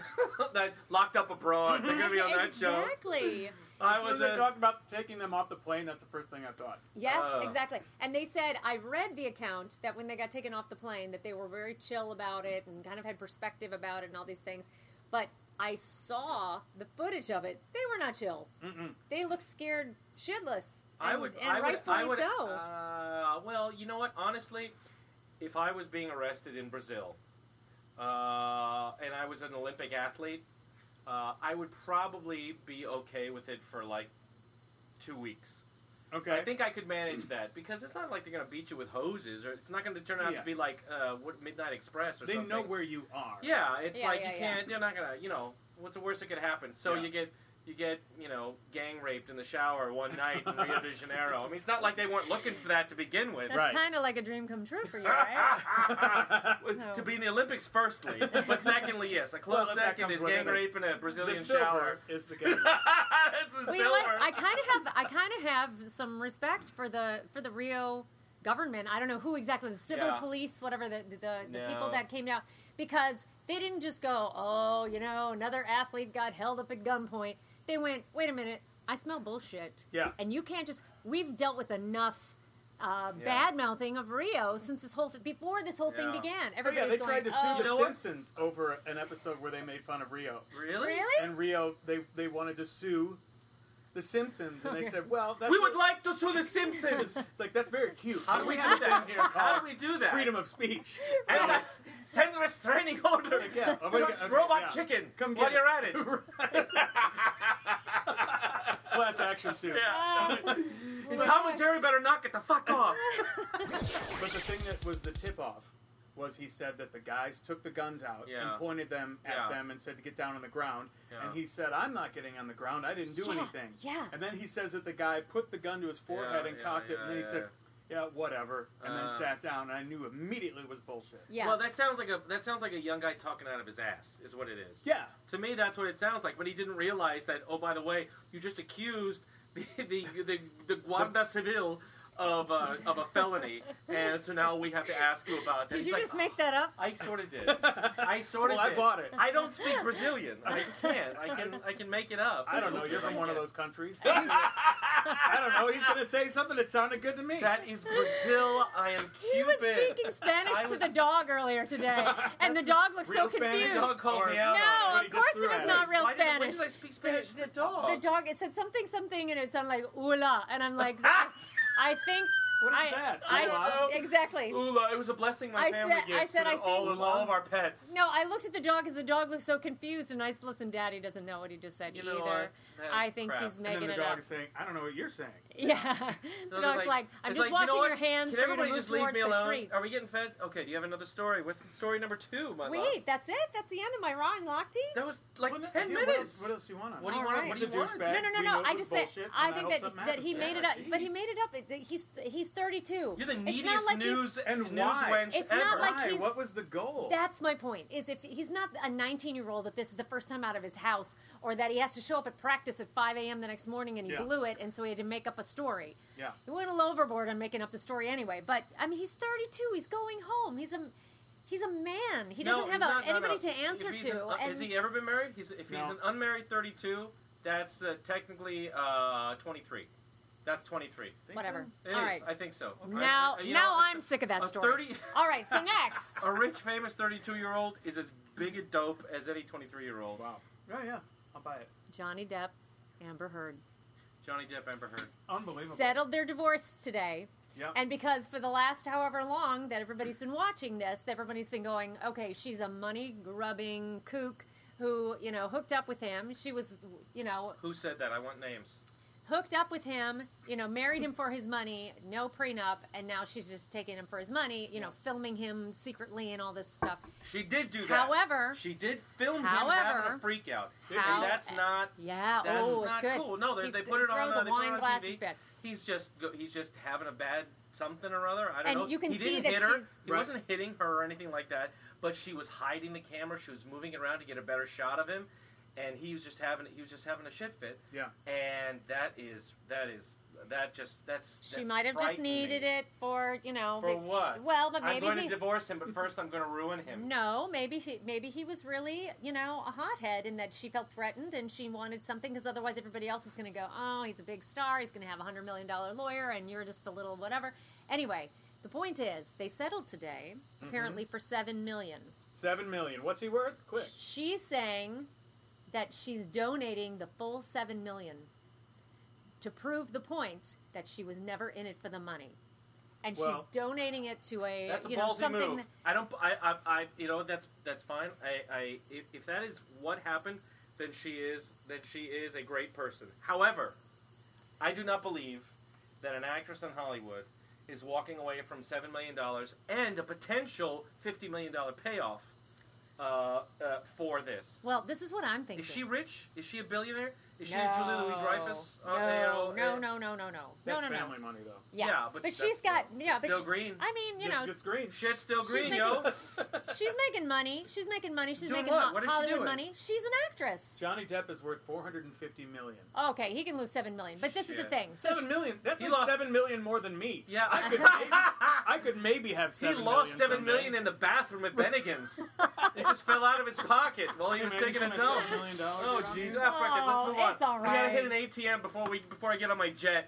Speaker 1: that Locked Up Abroad. They're going to be on that show.
Speaker 4: Mm-hmm. Exactly.
Speaker 1: I
Speaker 2: when
Speaker 1: was
Speaker 2: they
Speaker 1: a,
Speaker 2: talked about taking them off the plane, that's the first thing I thought.
Speaker 4: Yes,
Speaker 1: Oh.
Speaker 4: exactly. And they said I read the account that when they got taken off the plane that they were very chill about it and kind of had perspective about it and all these things. But I saw the footage of it. They were not chill.
Speaker 2: Mm-mm.
Speaker 4: They looked scared shitless. And,
Speaker 1: I would.
Speaker 4: and
Speaker 1: I would.
Speaker 4: rightfully
Speaker 1: I would.
Speaker 4: so.
Speaker 1: Uh, well, you know what? Honestly, if I was being arrested in Brazil, uh, and I was an Olympic athlete, uh, I would probably be okay with it for like two weeks.
Speaker 2: Okay.
Speaker 1: I think I could manage that because it's not like they're going to beat you with hoses, or it's not going to turn out
Speaker 2: Yeah.
Speaker 1: to be like uh, what, Midnight Express or
Speaker 2: they
Speaker 1: something.
Speaker 2: know where you are.
Speaker 1: Yeah, it's
Speaker 4: Yeah,
Speaker 1: like
Speaker 4: yeah,
Speaker 1: you
Speaker 4: yeah.
Speaker 1: can't. They're not gonna. You know, what's the worst that could happen? So
Speaker 2: Yeah.
Speaker 1: you get you get you know gang raped in the shower one night in Rio de Janeiro. I mean, it's not like they weren't looking for that to begin with.
Speaker 4: That's
Speaker 2: right.
Speaker 4: kind of like a dream come true for you, right? No.
Speaker 1: To be in the Olympics, firstly, but secondly, yes, a close
Speaker 2: Well, that
Speaker 1: second
Speaker 2: comes
Speaker 1: is
Speaker 2: with
Speaker 1: gang
Speaker 2: it.
Speaker 1: rape in a
Speaker 2: the
Speaker 1: Brazilian
Speaker 2: silver
Speaker 1: shower.
Speaker 2: is the
Speaker 1: it's
Speaker 2: game.
Speaker 1: the
Speaker 4: well, you know what?
Speaker 1: silver.
Speaker 4: I kind of have I kind of have some respect for the for the Rio government. I don't know who exactly the civil
Speaker 1: Yeah.
Speaker 4: police, whatever the the, the people
Speaker 1: No.
Speaker 4: that came down, because they didn't just go, oh, you know, another athlete got held up at gunpoint. they went, wait a minute, I smell bullshit.
Speaker 2: Yeah.
Speaker 4: And you can't just, we've dealt with enough uh,
Speaker 5: Yeah.
Speaker 4: bad mouthing of Rio since this whole, th- before this whole
Speaker 2: Yeah.
Speaker 4: thing began.
Speaker 2: Oh, yeah,
Speaker 4: Everybody's
Speaker 2: they
Speaker 4: going,
Speaker 2: tried to sue
Speaker 4: oh,
Speaker 2: the
Speaker 4: no,
Speaker 2: Simpsons over an episode where they made fun of Rio.
Speaker 1: Really?
Speaker 4: "Oh, Really?
Speaker 2: And Rio, they they wanted to sue the Simpsons, and they said, "Well, that's
Speaker 1: We would
Speaker 2: what-
Speaker 1: like to sue the Simpsons.
Speaker 2: It's like that's very cute.
Speaker 1: How do we have that here? How do we do that?
Speaker 2: freedom of speech?
Speaker 1: And uh, send a restraining order.
Speaker 2: Yeah, I'm gonna
Speaker 1: Chuck,
Speaker 2: get- okay,
Speaker 1: robot
Speaker 2: yeah.
Speaker 1: chicken.
Speaker 2: Come
Speaker 1: while you're at
Speaker 2: get
Speaker 1: it.
Speaker 2: Class action suit.
Speaker 1: Yeah.
Speaker 4: Uh,
Speaker 1: Tom and Jerry better not get the fuck off.
Speaker 2: But the thing that was the tip off was he said that the guys took the guns out
Speaker 1: Yeah.
Speaker 2: and pointed them at
Speaker 1: Yeah.
Speaker 2: them and said to get down on the ground.
Speaker 1: Yeah.
Speaker 2: And he said, I'm not getting on the ground. I didn't do
Speaker 4: Yeah,
Speaker 2: anything.
Speaker 4: yeah.
Speaker 2: And then he says that the guy put the gun to his forehead
Speaker 1: Yeah,
Speaker 2: and
Speaker 1: yeah,
Speaker 2: cocked it.
Speaker 1: yeah,
Speaker 2: And then he
Speaker 1: yeah,
Speaker 2: said, Yeah, whatever. And
Speaker 1: Uh.
Speaker 2: then sat down. And I knew immediately it was bullshit.
Speaker 4: yeah.
Speaker 1: Well, that sounds like a that sounds like a young guy talking out of his ass. Is what it is.
Speaker 2: Yeah.
Speaker 1: To me, that's what it sounds like. But he didn't realize that. Oh, by the way, you just accused the the the, the Guarda Civil of a, of a felony, and so now we have to ask you about that.
Speaker 4: Did
Speaker 1: He's
Speaker 4: you
Speaker 1: like,
Speaker 4: just make that up?
Speaker 1: "Oh, I sort of did. I sort of
Speaker 2: well, I
Speaker 1: did.
Speaker 2: bought it.
Speaker 1: I don't speak Brazilian. I can't. I can. I can make it up.
Speaker 2: I don't know. You're
Speaker 1: If I
Speaker 2: from one of
Speaker 1: can.
Speaker 2: those countries. I don't know. He's going to say something that sounded good to me.
Speaker 1: That is Brazil. I am
Speaker 4: He was
Speaker 1: Cuban.
Speaker 4: speaking Spanish
Speaker 1: I
Speaker 4: to
Speaker 1: was-
Speaker 4: the dog earlier today, and the dog looked so
Speaker 2: Real Spanish
Speaker 4: confused.
Speaker 1: dog called
Speaker 2: Or-
Speaker 1: me out.
Speaker 4: No,
Speaker 2: But
Speaker 4: of
Speaker 2: he just
Speaker 4: course
Speaker 2: threw
Speaker 4: it was
Speaker 2: at
Speaker 4: not
Speaker 2: us.
Speaker 4: real
Speaker 1: Why did-
Speaker 4: Spanish.
Speaker 1: Why did I speak Spanish to the
Speaker 4: the
Speaker 1: dog?
Speaker 4: dog it said something something and it sounded like ula and i'm like "That- i think
Speaker 2: What is
Speaker 4: I,
Speaker 2: that?
Speaker 4: I-
Speaker 2: Ula?
Speaker 4: exactly
Speaker 1: Ula, it was a blessing my
Speaker 4: I
Speaker 1: family
Speaker 4: said-
Speaker 1: gives
Speaker 4: I said
Speaker 1: to
Speaker 4: I
Speaker 1: all,
Speaker 4: think-
Speaker 1: all of our pets.
Speaker 4: no i looked at the dog because the dog looked so confused and i said listen daddy doesn't know what he just said
Speaker 1: You know
Speaker 4: either
Speaker 1: what? That
Speaker 4: i
Speaker 1: is
Speaker 4: think
Speaker 1: crap.
Speaker 4: he's
Speaker 2: and then
Speaker 4: making
Speaker 2: the
Speaker 4: it
Speaker 2: dog
Speaker 4: up
Speaker 2: is saying, I don't know what you're saying.
Speaker 4: yeah
Speaker 1: they're
Speaker 4: the dog's like,
Speaker 1: like-
Speaker 4: i'm
Speaker 1: it's
Speaker 4: just
Speaker 1: like, you know
Speaker 4: watching
Speaker 1: what?
Speaker 4: your
Speaker 1: Can
Speaker 4: hands for you to
Speaker 1: everybody
Speaker 4: move
Speaker 1: just leave
Speaker 4: towards
Speaker 1: me
Speaker 4: the
Speaker 1: alone?
Speaker 4: streets
Speaker 1: Are we getting fed? Okay, do you have another story? What's the story number two, my love?
Speaker 4: wait that's it that's the end of my Ron Lochte?
Speaker 1: That was like
Speaker 2: What the-
Speaker 1: ten
Speaker 2: yeah, What else,
Speaker 1: minutes.
Speaker 2: what else do you want on
Speaker 1: What do
Speaker 2: that?
Speaker 1: you
Speaker 4: All
Speaker 1: want?
Speaker 4: right.
Speaker 1: What do you
Speaker 2: He's a
Speaker 1: want?
Speaker 2: douchebag.
Speaker 4: no no no
Speaker 2: We
Speaker 4: no
Speaker 2: know
Speaker 4: i
Speaker 2: it
Speaker 4: just
Speaker 2: was
Speaker 4: think
Speaker 2: bullshit,
Speaker 4: i
Speaker 2: and I
Speaker 4: think
Speaker 2: hope
Speaker 4: that
Speaker 2: something
Speaker 4: that he
Speaker 2: happens.
Speaker 4: made it
Speaker 2: Yeah,
Speaker 4: up but he
Speaker 2: jeez.
Speaker 4: made it up It- that he's he's 32
Speaker 1: You're the
Speaker 4: it's not
Speaker 1: neediest
Speaker 4: like he's-
Speaker 1: news
Speaker 2: And why?
Speaker 1: newswench
Speaker 4: It's
Speaker 1: ever.
Speaker 4: not like
Speaker 2: Why?
Speaker 4: he's-
Speaker 2: What was the goal?
Speaker 4: That's my point. Is if he's not a 19 year old that this is the first time out of his house, or that he has to show up at practice at 5 a.m. the next morning and he
Speaker 2: Yeah.
Speaker 4: blew it, and so he had to make up a story.
Speaker 2: yeah.
Speaker 4: He went a little overboard on making up the story anyway. But I mean, he's 32. He's going home. He's a he's a man. He doesn't
Speaker 1: no,
Speaker 4: have
Speaker 1: he's not-
Speaker 4: a,
Speaker 1: no, no.
Speaker 4: anybody to
Speaker 1: If
Speaker 4: answer
Speaker 1: he's
Speaker 4: to.
Speaker 1: An, uh,
Speaker 4: and
Speaker 1: has he ever been married? He's, if he's
Speaker 2: No.
Speaker 1: an unmarried 32, that's uh, technically uh, 23. That's 23.
Speaker 4: whatever.
Speaker 1: It
Speaker 4: All
Speaker 1: is,
Speaker 4: right.
Speaker 1: I think so. I-
Speaker 4: Now
Speaker 1: I- you
Speaker 4: now
Speaker 1: know,
Speaker 4: I'm sick of that
Speaker 1: a
Speaker 4: story.
Speaker 1: 30
Speaker 4: All right. So next.
Speaker 1: A rich, famous 32 year old is as big a dope as any 23 year old.
Speaker 2: Wow. Yeah, yeah. I'll buy it.
Speaker 4: Johnny Depp, Amber Heard.
Speaker 1: Johnny Depp, Amber Heard.
Speaker 2: Unbelievable.
Speaker 4: settled their divorce today.
Speaker 2: Yeah.
Speaker 4: And because for the last however long that everybody's been watching this, that everybody's been going, okay, she's a money grubbing kook who, you know, hooked up with him. She was, you know,
Speaker 1: Who said that? I want names.
Speaker 4: hooked up with him, you know, married him for his money, no prenup, and now she's just taking him for his money, you know, filming him secretly and all this stuff.
Speaker 1: She did do that.
Speaker 4: However,
Speaker 1: she did film him
Speaker 4: However-
Speaker 1: having a freak out.
Speaker 2: Did she?
Speaker 1: and that's not.
Speaker 4: yeah,
Speaker 1: That's
Speaker 4: oh, it's
Speaker 1: not
Speaker 4: good.
Speaker 1: cool. No, they,
Speaker 4: He's-
Speaker 1: they put
Speaker 4: he
Speaker 1: it on.
Speaker 4: throws
Speaker 1: uh,
Speaker 4: a
Speaker 1: they put it
Speaker 4: wine
Speaker 1: on
Speaker 4: glass.
Speaker 1: TV.
Speaker 4: It's bad.
Speaker 1: He's just go- he's just having a bad something or other. I don't
Speaker 4: And
Speaker 1: know.
Speaker 4: you can
Speaker 1: he
Speaker 4: see
Speaker 1: didn't
Speaker 4: that
Speaker 1: hit her.
Speaker 4: she's-
Speaker 1: He
Speaker 2: Right.
Speaker 1: wasn't hitting her or anything like that. But she was hiding the camera. She was moving it around to get a better shot of him, and he was just having he was just having a shit fit.
Speaker 2: Yeah.
Speaker 1: And that is that is that just that's
Speaker 4: She
Speaker 1: that
Speaker 4: might have just
Speaker 1: frightened me.
Speaker 4: needed it for, you know,
Speaker 1: For
Speaker 4: but-
Speaker 1: what?
Speaker 4: Well, but
Speaker 1: I'm
Speaker 4: maybe
Speaker 1: going to
Speaker 4: he's-
Speaker 1: divorce him, but first I'm going to ruin him.
Speaker 4: No, maybe he maybe he was really you know a hothead, and that she felt threatened, and she wanted something because otherwise everybody else is going to go, oh, he's a big star, he's going to have a hundred million dollar lawyer, and you're just a little whatever. Anyway, the point is they settled today,
Speaker 1: Mm-hmm.
Speaker 4: apparently for seven million.
Speaker 2: Seven million. What's he worth? Quick.
Speaker 4: She's saying that she's donating the full seven million to prove the point that she was never in it for the money, and
Speaker 2: Well,
Speaker 4: she's donating it to a
Speaker 1: That's a
Speaker 4: you know
Speaker 1: ballsy
Speaker 4: something.
Speaker 1: move. I don't. I, I. I. You know. That's. That's fine. I. I. If, if that is what happened, then she is. Then she is a great person. However, I do not believe that an actress in Hollywood is walking away from seven million dollars and a potential fifty million dollar payoff uh, uh, for this.
Speaker 4: Well, this is what I'm thinking.
Speaker 1: Is she rich? Is she a billionaire? Is she a Julie Louis Dreyfus? uh,
Speaker 4: No, no, no, no, no, no, no,
Speaker 2: That's
Speaker 4: no, no.
Speaker 2: family money, though.
Speaker 4: Yeah.
Speaker 1: Yeah, but
Speaker 4: but,
Speaker 1: that's
Speaker 4: she's got
Speaker 1: still-
Speaker 4: yeah,
Speaker 1: it's
Speaker 4: but
Speaker 1: still
Speaker 4: she-
Speaker 1: green.
Speaker 4: I mean, you
Speaker 2: It's-
Speaker 4: know,
Speaker 2: it's green.
Speaker 1: Shit's still
Speaker 4: She's
Speaker 1: green,
Speaker 4: making-
Speaker 1: yo.
Speaker 4: she's making money. She's making money. She's
Speaker 1: Doing
Speaker 4: making
Speaker 1: what?
Speaker 4: Ho-
Speaker 1: What is she
Speaker 4: Hollywood
Speaker 1: doing?
Speaker 4: money. She's an actress.
Speaker 2: Johnny Depp is worth 450 million.
Speaker 4: Okay, he can lose seven million, but this is
Speaker 1: Shit.
Speaker 4: the thing. So
Speaker 2: Seven million. That's
Speaker 1: He
Speaker 2: like
Speaker 1: lost-
Speaker 2: seven million more than me.
Speaker 1: Yeah,
Speaker 2: I could
Speaker 1: I
Speaker 2: I could maybe have
Speaker 1: He
Speaker 2: seven.
Speaker 1: lost
Speaker 2: million
Speaker 1: seven
Speaker 2: someday.
Speaker 1: million in the bathroom at Bennigan's. it just fell out of his pocket while he was
Speaker 2: Man,
Speaker 1: taking
Speaker 2: you
Speaker 1: a
Speaker 2: spent
Speaker 1: dump.
Speaker 2: $7 million dollars
Speaker 1: Oh
Speaker 2: around
Speaker 1: jeez,
Speaker 2: here?
Speaker 1: ah, fuck it, let's move
Speaker 4: Oh,
Speaker 1: on.
Speaker 4: It's all
Speaker 1: I gotta
Speaker 4: right.
Speaker 1: hit an ATM before we before I get on my jet.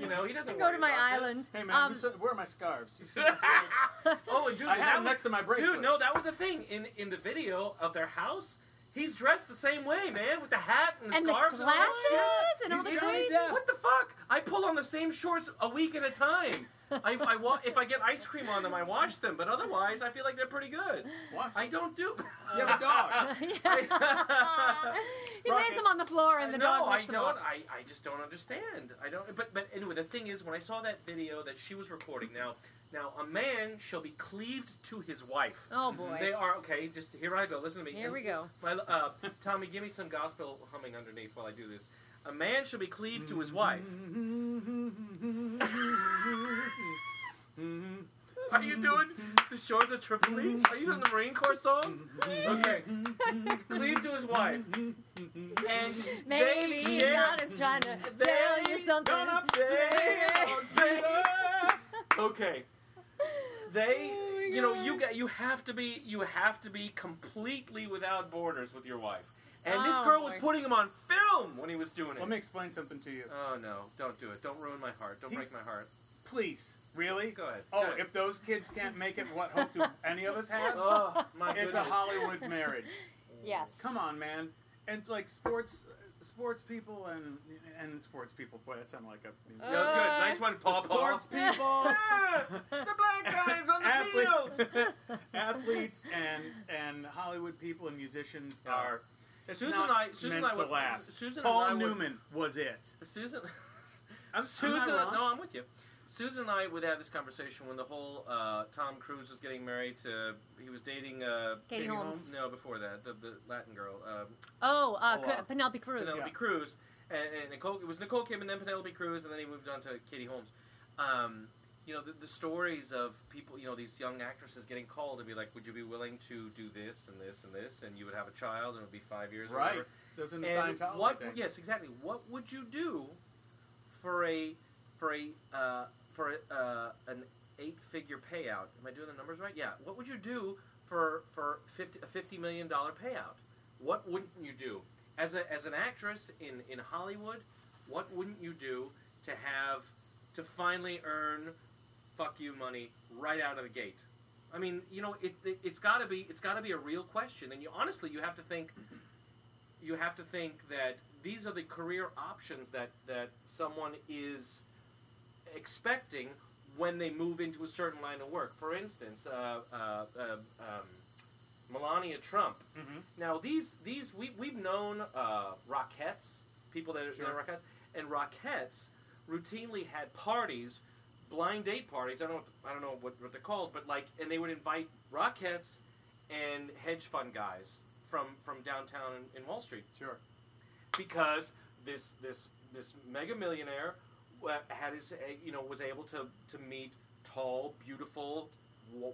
Speaker 1: You know, he doesn't
Speaker 4: Go
Speaker 1: worry
Speaker 4: to my
Speaker 1: about this.
Speaker 4: island.
Speaker 2: Hey man,
Speaker 4: Um,
Speaker 2: who said- where are my scarves? You see my scarves?
Speaker 1: Oh, and dude,
Speaker 2: I
Speaker 1: that
Speaker 2: had them
Speaker 1: was-
Speaker 2: next to my bracelet.
Speaker 1: Dude, no, that was the thing in in the video of their house. He's dressed the same way, man, with the hat and the
Speaker 4: and the
Speaker 1: scarves and all that shit.
Speaker 4: glasses and all
Speaker 2: He's
Speaker 4: the
Speaker 2: the only
Speaker 4: crazy.
Speaker 2: dad.
Speaker 1: What the fuck? I pull on the same shorts a week at a time. I, if, I wa- if I get ice cream on them, I wash them. But otherwise, I feel like they're pretty good.
Speaker 2: Wash
Speaker 1: I don't do.
Speaker 2: You have a dog.
Speaker 4: he lays
Speaker 2: Rocket.
Speaker 4: them on the floor and the
Speaker 1: no,
Speaker 4: dog
Speaker 1: I
Speaker 4: licks them
Speaker 1: don't.
Speaker 4: up.
Speaker 1: I, I just don't understand. I don't. But but anyway, the thing is, when I saw that video that she was recording, now now a man shall be cleaved to his wife.
Speaker 4: Oh boy.
Speaker 1: They are okay. Just here I go. Listen to me.
Speaker 4: Here we go.
Speaker 1: My, uh, Tommy, give me some gospel humming underneath while I do this. A man shall be cleaved
Speaker 2: Mm-hmm.
Speaker 1: to his wife. How you doing? The shores of Tripoli? Are you in the Marine Corps song? Okay. Cleaved to his wife. And they
Speaker 4: Maybe
Speaker 1: share.
Speaker 4: God is trying to tell you something.
Speaker 1: gonna play all day. okay. They, you know, you got you have to be you have to be completely without borders with your wife. And this
Speaker 4: Oh,
Speaker 1: girl was
Speaker 4: boy.
Speaker 1: putting him on film when he was doing it.
Speaker 2: Let me explain something to you.
Speaker 1: oh no! Don't do it! Don't ruin my heart! Don't
Speaker 2: He's-
Speaker 1: break my heart!
Speaker 2: Please. Really?
Speaker 1: Go ahead.
Speaker 2: Oh,
Speaker 1: Go ahead.
Speaker 2: if those kids can't make it, what hope do any of us have?
Speaker 1: oh my
Speaker 2: It's
Speaker 1: goodness!
Speaker 2: a Hollywood marriage.
Speaker 4: Yes.
Speaker 2: Come on, man. And it's like sports, sports people and and sports people. Boy, that sounded like a.
Speaker 1: that was good. Nice one, Paul.
Speaker 2: sports people,
Speaker 1: the black guys on the field.
Speaker 2: athletes, athletes, and and Hollywood people and musicians
Speaker 1: Yeah.
Speaker 2: are. It's
Speaker 1: Susan
Speaker 2: not
Speaker 1: and I- Susan
Speaker 2: meant
Speaker 1: and I
Speaker 2: to
Speaker 1: were-
Speaker 2: last.
Speaker 1: Susan and
Speaker 2: Paul
Speaker 1: I were-
Speaker 2: Newman was it.
Speaker 1: Susan.
Speaker 2: I'm,
Speaker 1: Susan,
Speaker 2: I'm not wrong.
Speaker 1: no, I'm with you. Susan and I would have this conversation when the whole uh, Tom Cruise was getting married to. He was dating. Uh,
Speaker 4: Katie
Speaker 2: Katie
Speaker 4: Holmes.
Speaker 2: Holmes.
Speaker 1: no, before that, the, the Latin girl, uh,
Speaker 4: Oh, uh,
Speaker 2: Oh, wow.
Speaker 4: C- Penelope Cruz.
Speaker 1: Penelope Cruz, and, and Nicole. It was Nicole Kim, and then Penelope Cruz, and then he moved on to Katie Holmes. Um, you know the, the stories of people. You know these young actresses getting called to be like, "Would you be willing to do this and this and this?" And you would have a child, and it would be five years. Or
Speaker 2: Right.
Speaker 1: whatever.
Speaker 2: Those in the
Speaker 1: And
Speaker 2: Scientology
Speaker 1: what?
Speaker 2: thing.
Speaker 1: Yes, exactly. What would you do for a for a uh, for a, uh, an eight figure payout? Am I doing the numbers right? Yeah. What would you do for for 50, a fifty million dollar payout? What wouldn't you do as a as an actress in in Hollywood? What wouldn't you do to have to finally earn fuck you money right out of the gate? I mean, you know, it, it it's got to be it's got to be a real question, and you honestly you have to think you have to think that these are the career options that that someone is expecting when they move into a certain line of work. For instance, uh, uh, uh, um, Melania Trump.
Speaker 2: Mhm.
Speaker 1: Now these these we we've known uh, Rockettes, people that are
Speaker 2: Sure.
Speaker 1: known Rockettes, and Rockettes routinely had parties, blind date parties. I don't I don't know what, what they're called, but like and they would invite Rockettes and hedge fund guys from from downtown in, in Wall Street
Speaker 2: Sure.
Speaker 1: because this this this mega millionaire uh, had his uh, you know was able to to meet tall beautiful w-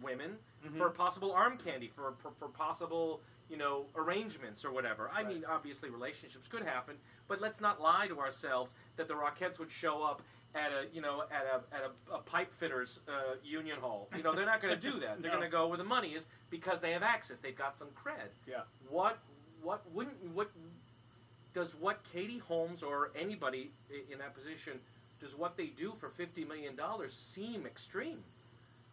Speaker 1: women
Speaker 2: Mm-hmm.
Speaker 1: for possible arm candy for, for for possible you know arrangements or whatever i
Speaker 2: Right.
Speaker 1: mean obviously relationships could happen but let's not lie to ourselves that the rockettes would show up at a you know at a at a, a pipe fitters uh, union hall you know they're not going to do that they're
Speaker 2: No.
Speaker 1: going to go where the money is because they have access they've got some cred
Speaker 2: Yeah.
Speaker 1: what what wouldn't what does what Katie Holmes or anybody i- in that position does what they do for fifty million dollars seem extreme?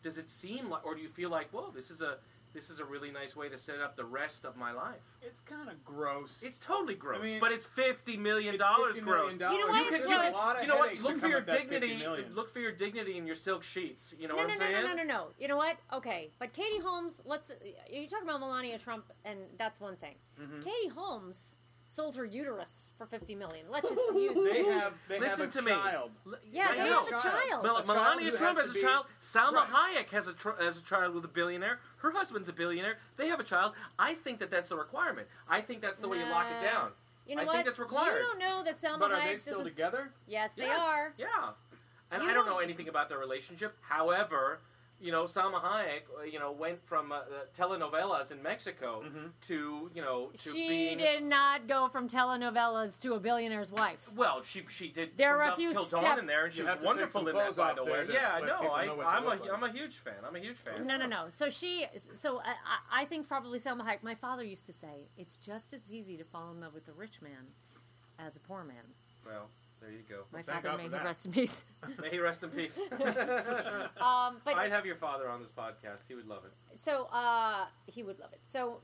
Speaker 1: Does it seem like, or do you feel like, whoa, this is a this is a really nice way to set up the rest of my life?
Speaker 2: It's kind of gross.
Speaker 1: It's totally gross,
Speaker 2: mean,
Speaker 1: but it's fifty million
Speaker 2: It's
Speaker 1: dollars
Speaker 2: $50
Speaker 1: gross.
Speaker 2: million.
Speaker 4: You know why
Speaker 1: You
Speaker 4: it's
Speaker 1: could-
Speaker 2: could
Speaker 1: you,
Speaker 2: get
Speaker 4: gross?
Speaker 2: a lot of
Speaker 1: you know what?
Speaker 2: headaches
Speaker 1: Look
Speaker 2: to
Speaker 1: for
Speaker 2: come
Speaker 1: your
Speaker 2: with that 50
Speaker 1: dignity.
Speaker 2: million.
Speaker 1: Look for your dignity in your silk sheets. You know
Speaker 4: No,
Speaker 1: what
Speaker 4: no,
Speaker 1: I'm
Speaker 4: no,
Speaker 1: saying?
Speaker 4: no, no, no, no. You know what? Okay, but Katie Holmes. Let's. You talk about Melania Trump, and that's one thing.
Speaker 1: Hmm.
Speaker 5: Mm-hmm.
Speaker 4: Katie Holmes sold her uterus for fifty million. Let's just use.
Speaker 2: They have they
Speaker 1: Listen
Speaker 2: have a
Speaker 1: to me.
Speaker 2: child.
Speaker 1: L-
Speaker 4: Yeah,
Speaker 1: right
Speaker 4: they
Speaker 1: now.
Speaker 4: have a child.
Speaker 1: Mel-
Speaker 2: A child
Speaker 1: Melania
Speaker 2: who
Speaker 1: Trump
Speaker 2: has
Speaker 1: has
Speaker 2: to
Speaker 1: a
Speaker 2: be-
Speaker 1: child. Salma
Speaker 2: Right.
Speaker 1: Hayek has a tr- has a child with a billionaire. Her husband's a billionaire. They have a child. I think that that's the requirement. I think that's the way you lock it
Speaker 4: Nah.
Speaker 1: down.
Speaker 4: You know
Speaker 1: I
Speaker 4: what?
Speaker 1: think that's required.
Speaker 4: You don't know that Salma
Speaker 2: But are they
Speaker 4: Hayek
Speaker 2: still
Speaker 4: doesn't.
Speaker 2: together?
Speaker 4: yes, they
Speaker 1: Yes.
Speaker 4: are.
Speaker 1: Yeah. And
Speaker 4: You
Speaker 1: I don't
Speaker 4: don't-
Speaker 1: know anything about their relationship. However, you know, Salma Hayek, uh, you know, went from uh, the telenovelas in Mexico
Speaker 2: Mm-hmm.
Speaker 1: to, you know, to
Speaker 4: She
Speaker 1: being
Speaker 4: did not go from telenovelas to a billionaire's wife.
Speaker 1: Well, she she did.
Speaker 4: There
Speaker 1: From
Speaker 4: are a
Speaker 1: Dusk
Speaker 4: few
Speaker 1: Till Dawn
Speaker 4: steps.
Speaker 1: in there, and she
Speaker 2: You
Speaker 1: was
Speaker 2: have to take
Speaker 1: wonderful
Speaker 2: some
Speaker 1: in that,
Speaker 2: clothes
Speaker 1: by
Speaker 2: off
Speaker 1: the
Speaker 2: there
Speaker 1: way.
Speaker 2: to
Speaker 1: Yeah,
Speaker 2: let
Speaker 1: no,
Speaker 2: people
Speaker 1: I,
Speaker 2: know what you
Speaker 1: I'm a
Speaker 2: look like.
Speaker 1: am a huge fan. I'm a huge fan.
Speaker 4: No, no, no. So she, so I, I- I think probably Selma Hayek. My father used to say, "It's just as easy to fall in love with a rich man as a poor man.
Speaker 1: Well, there you go.
Speaker 4: My
Speaker 2: thank
Speaker 4: father
Speaker 2: God
Speaker 4: may
Speaker 2: for
Speaker 4: he
Speaker 2: that.
Speaker 4: rest in peace.
Speaker 1: May he rest in peace.
Speaker 4: um, but
Speaker 1: I'd have your father on this podcast. He would love it.
Speaker 4: so uh, he would love it. So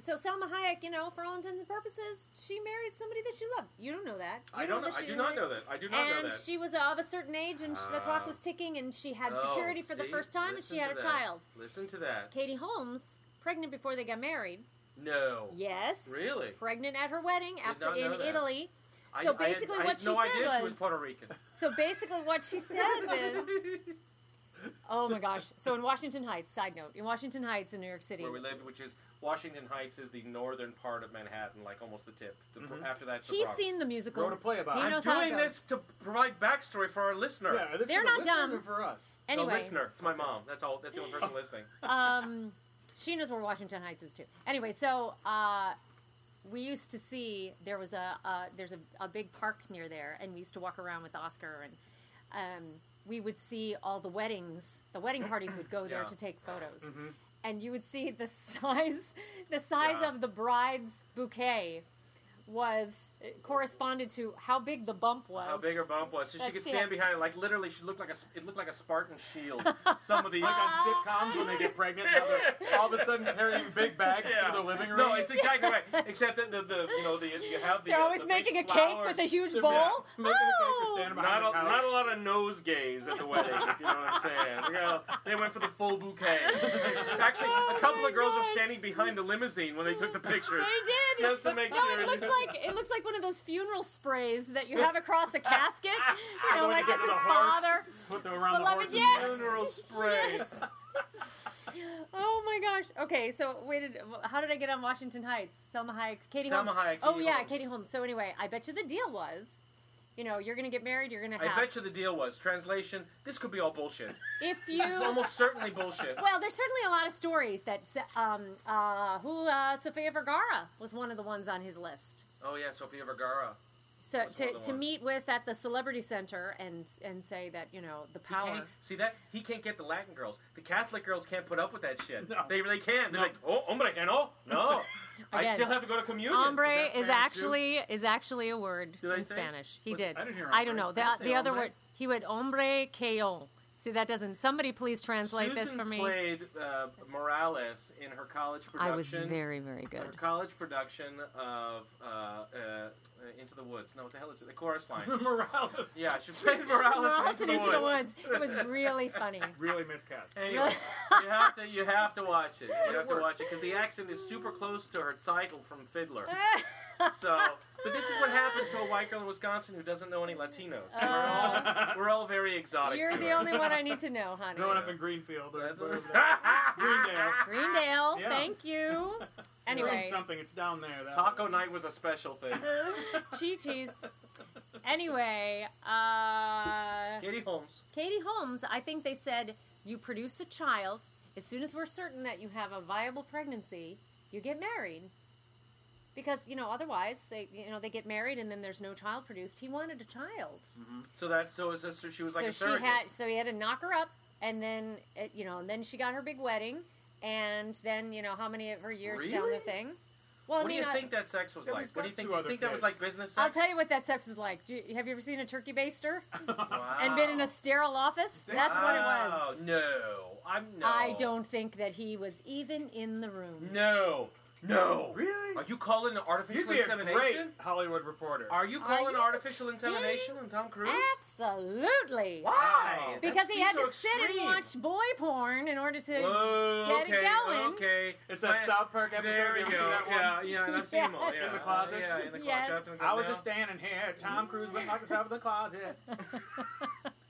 Speaker 4: so Selma Hayek, you know, for all intents and purposes, she married somebody that she loved. You don't know that. You
Speaker 1: I don't. Know,
Speaker 4: that
Speaker 1: I
Speaker 4: she
Speaker 1: do
Speaker 4: didn't
Speaker 1: not
Speaker 4: marry-
Speaker 1: know that. I do not know
Speaker 4: and
Speaker 1: that.
Speaker 4: she was of a certain age, and sh the clock
Speaker 1: Ah.
Speaker 4: was ticking, and she had
Speaker 1: Oh,
Speaker 4: security for the
Speaker 1: see?
Speaker 4: first time, and
Speaker 1: Listen
Speaker 4: she had
Speaker 1: to
Speaker 4: a
Speaker 1: that.
Speaker 4: child.
Speaker 1: Listen to that.
Speaker 4: Katie Holmes, pregnant before they got married.
Speaker 1: No.
Speaker 4: Yes.
Speaker 1: Really?
Speaker 4: Pregnant at her wedding,
Speaker 1: not
Speaker 4: absolutely in
Speaker 1: know that.
Speaker 4: Italy.
Speaker 1: I- I,
Speaker 4: So
Speaker 1: had-
Speaker 4: basically
Speaker 1: I had,
Speaker 4: what she
Speaker 1: no
Speaker 4: said
Speaker 1: idea she was
Speaker 4: was-
Speaker 1: Puerto Rican.
Speaker 4: So basically, what she says is, oh my gosh. So in Washington Heights, side note, in Washington Heights in New York City,
Speaker 1: where we lived, which is Washington Heights, is the northern part of Manhattan, like almost the tip. The,
Speaker 2: Mhm.
Speaker 1: After that,
Speaker 4: he's seen the musical.
Speaker 5: Wrote a play about
Speaker 4: He
Speaker 5: it.
Speaker 4: knows how it
Speaker 1: doing this
Speaker 4: goes.
Speaker 1: to provide backstory for our listener.
Speaker 5: Yeah, this
Speaker 4: They're
Speaker 5: for the
Speaker 4: not
Speaker 5: listeners
Speaker 4: dumb.
Speaker 5: or for us.
Speaker 4: Anyway,
Speaker 1: The listener. It's my mom. That's all. That's the only person listening.
Speaker 4: um, she knows where Washington Heights is too. Anyway, so uh, we used to see there was a uh, there's a, a big park near there, and we used to walk around with Oscar, and um, we would see all the weddings. The wedding parties would go there
Speaker 1: Yeah. Mm-hmm.
Speaker 4: to take photos, and you would see the size the size
Speaker 1: Yeah.
Speaker 4: of the bride's bouquet was uh, corresponded to how big the bump was.
Speaker 1: How big her bump was, so she
Speaker 4: That's
Speaker 1: could
Speaker 4: it.
Speaker 1: stand behind it. Like literally, she looked like a. It looked like a Spartan shield. Some of these.
Speaker 5: Like on sitcoms when they get pregnant, now they're all of a sudden carrying big bags
Speaker 1: Yeah.
Speaker 5: through the living room.
Speaker 1: No, it's exactly right. Except that the, the you know the you have the.
Speaker 4: They're
Speaker 1: uh,
Speaker 4: always
Speaker 1: the big
Speaker 4: making a cake
Speaker 1: flowers.
Speaker 4: with a huge
Speaker 5: Yeah,
Speaker 4: bowl.
Speaker 5: making a cake or
Speaker 4: Oh!
Speaker 5: standing
Speaker 1: Not
Speaker 5: behind the
Speaker 1: a,
Speaker 5: couch.
Speaker 1: not a lot of nosegays at the wedding, if you know what I'm saying. You know, they went for the full bouquet. Actually,
Speaker 4: Oh
Speaker 1: a couple
Speaker 4: my
Speaker 1: of girls were
Speaker 4: gosh.
Speaker 1: standing behind the limousine when they took the pictures.
Speaker 4: They did.
Speaker 1: Just to make
Speaker 4: no,
Speaker 1: sure
Speaker 4: it
Speaker 1: it
Speaker 4: looks
Speaker 1: is-
Speaker 4: like it looks like one of those funeral sprays that you have across a casket. You know,
Speaker 5: Going to
Speaker 4: like
Speaker 5: get
Speaker 4: that's
Speaker 5: to
Speaker 4: his
Speaker 5: the horse.
Speaker 4: father.
Speaker 5: Put the around
Speaker 4: Beloved,
Speaker 5: the
Speaker 4: yes.
Speaker 5: horses.
Speaker 1: Funeral spray.
Speaker 4: Yes. Oh my gosh. Okay, so wait, did, how did I get on Washington Heights? Selma Hayek, Katie
Speaker 1: Selma
Speaker 4: Holmes.
Speaker 1: Hayek,
Speaker 4: oh
Speaker 1: Katie
Speaker 4: yeah,
Speaker 1: Holmes.
Speaker 4: Katie Holmes. So anyway, I bet you the deal was, you know, you're gonna get married. You're gonna have
Speaker 1: I bet you the deal was translation. This could be all bullshit.
Speaker 4: if you.
Speaker 1: This is almost certainly bullshit.
Speaker 4: Well, there's certainly a lot of stories that um, uh, who uh, Sofia Vergara was one of the ones on his list.
Speaker 1: Oh yeah, Sofia Vergara.
Speaker 4: So
Speaker 1: That's
Speaker 4: to,
Speaker 1: another
Speaker 4: to
Speaker 1: one.
Speaker 4: meet with at the celebrity center and and say that you know the
Speaker 1: He
Speaker 4: power.
Speaker 1: can't- see that he can't get the Latin girls. The Catholic girls can't put up with that shit.
Speaker 5: No.
Speaker 1: They really can't. They're
Speaker 5: No.
Speaker 1: like, oh, hombre, que no, no. I
Speaker 4: Again.
Speaker 1: still have to go to communion.
Speaker 4: Hombre
Speaker 1: that
Speaker 4: is
Speaker 1: Spanish
Speaker 4: actually is actually a word
Speaker 1: Did I
Speaker 4: in
Speaker 1: say?
Speaker 4: Spanish. He
Speaker 5: Was-
Speaker 4: did.
Speaker 5: I didn't hear
Speaker 4: I don't know
Speaker 5: hombre.
Speaker 4: the
Speaker 5: Did I say
Speaker 4: the other
Speaker 5: hombre?
Speaker 4: word. He would hombre queo. See that doesn't. Somebody please translate
Speaker 1: Susan
Speaker 4: this for me.
Speaker 1: played uh, Morales in her college
Speaker 4: I was
Speaker 1: production.
Speaker 4: very very good.
Speaker 1: Her college production of uh, uh, uh, Into the Woods. No, what the hell is it? The chorus line.
Speaker 5: Morales
Speaker 1: yeah, she played Morales,
Speaker 4: Morales
Speaker 1: in
Speaker 4: and
Speaker 1: Into the Woods.
Speaker 4: It was really funny.
Speaker 5: really miscast.
Speaker 1: Anyway, you have to you have to watch it. You have to
Speaker 5: worked.
Speaker 1: watch it because the accent is super close to her title from Fiddler. So, but this is what happens to a white girl in Wisconsin who doesn't know any Latinos.
Speaker 4: Uh,
Speaker 1: We're all very exotic.
Speaker 4: you're
Speaker 1: to
Speaker 4: the
Speaker 1: her.
Speaker 4: only one I need to know, honey.
Speaker 5: Growing up in Greenfield or
Speaker 1: That's what-
Speaker 5: whatever that- Greendale.
Speaker 4: Ah. Greendale,
Speaker 5: Yeah.
Speaker 4: thank you.
Speaker 5: You're on
Speaker 4: Anyway.
Speaker 5: something. It's down there. That
Speaker 1: Taco night was a special thing.
Speaker 4: Chi Chi's. Anyway, uh,
Speaker 1: Katie Holmes.
Speaker 4: Katie Holmes, I think they said you produce a child. As soon as we're certain that you have a viable pregnancy, you get married. Because you know, otherwise they you know they get married and then there's no child produced. He wanted a child,
Speaker 1: So that so, is so she was like
Speaker 4: so
Speaker 1: a surrogate.
Speaker 4: she had so he had to knock her up, and then it, you know, and then she got her big wedding, and then you know how many of her years down the
Speaker 1: Really?
Speaker 4: thing. Well,
Speaker 1: what
Speaker 4: I mean,
Speaker 1: do you
Speaker 4: I-
Speaker 1: think that sex was
Speaker 5: There
Speaker 1: like?
Speaker 5: was
Speaker 1: What
Speaker 5: got
Speaker 1: do you think?
Speaker 5: two
Speaker 1: You
Speaker 5: other
Speaker 1: think that was
Speaker 5: kids.
Speaker 1: like business
Speaker 4: I'll
Speaker 1: sex?
Speaker 4: tell you what that sex is like. Do you, have you ever seen a turkey baster
Speaker 1: wow.
Speaker 4: and been in a sterile office? That's what it was.
Speaker 1: Wow. No, I'm no.
Speaker 4: I don't think that he was even in the room.
Speaker 1: No, no. Are
Speaker 5: Really?
Speaker 1: you calling it artificial
Speaker 5: You'd be a
Speaker 1: insemination?
Speaker 5: great Hollywood reporter.
Speaker 1: Are you
Speaker 4: Are
Speaker 1: calling
Speaker 4: you
Speaker 1: artificial insemination on Tom Cruise?
Speaker 4: Absolutely.
Speaker 1: Why? That
Speaker 4: Because he
Speaker 1: seems
Speaker 4: had
Speaker 1: so
Speaker 4: to sit
Speaker 1: extreme.
Speaker 4: and watch boy porn in order to.
Speaker 1: Whoa,
Speaker 4: get it
Speaker 1: okay,
Speaker 4: going.
Speaker 1: Okay.
Speaker 5: It's that
Speaker 1: My-
Speaker 5: South Park episode.
Speaker 1: There
Speaker 5: you
Speaker 1: we
Speaker 5: ever
Speaker 1: go.
Speaker 5: see that one?
Speaker 1: Yeah, yeah, and I've seen them all.
Speaker 4: Yes.
Speaker 1: Yeah.
Speaker 5: In the closet?
Speaker 1: Yeah, in the closet.
Speaker 4: Yes.
Speaker 1: Trapped in the
Speaker 5: I was
Speaker 1: closet.
Speaker 5: just standing here. Tom Cruise went like this out of the closet.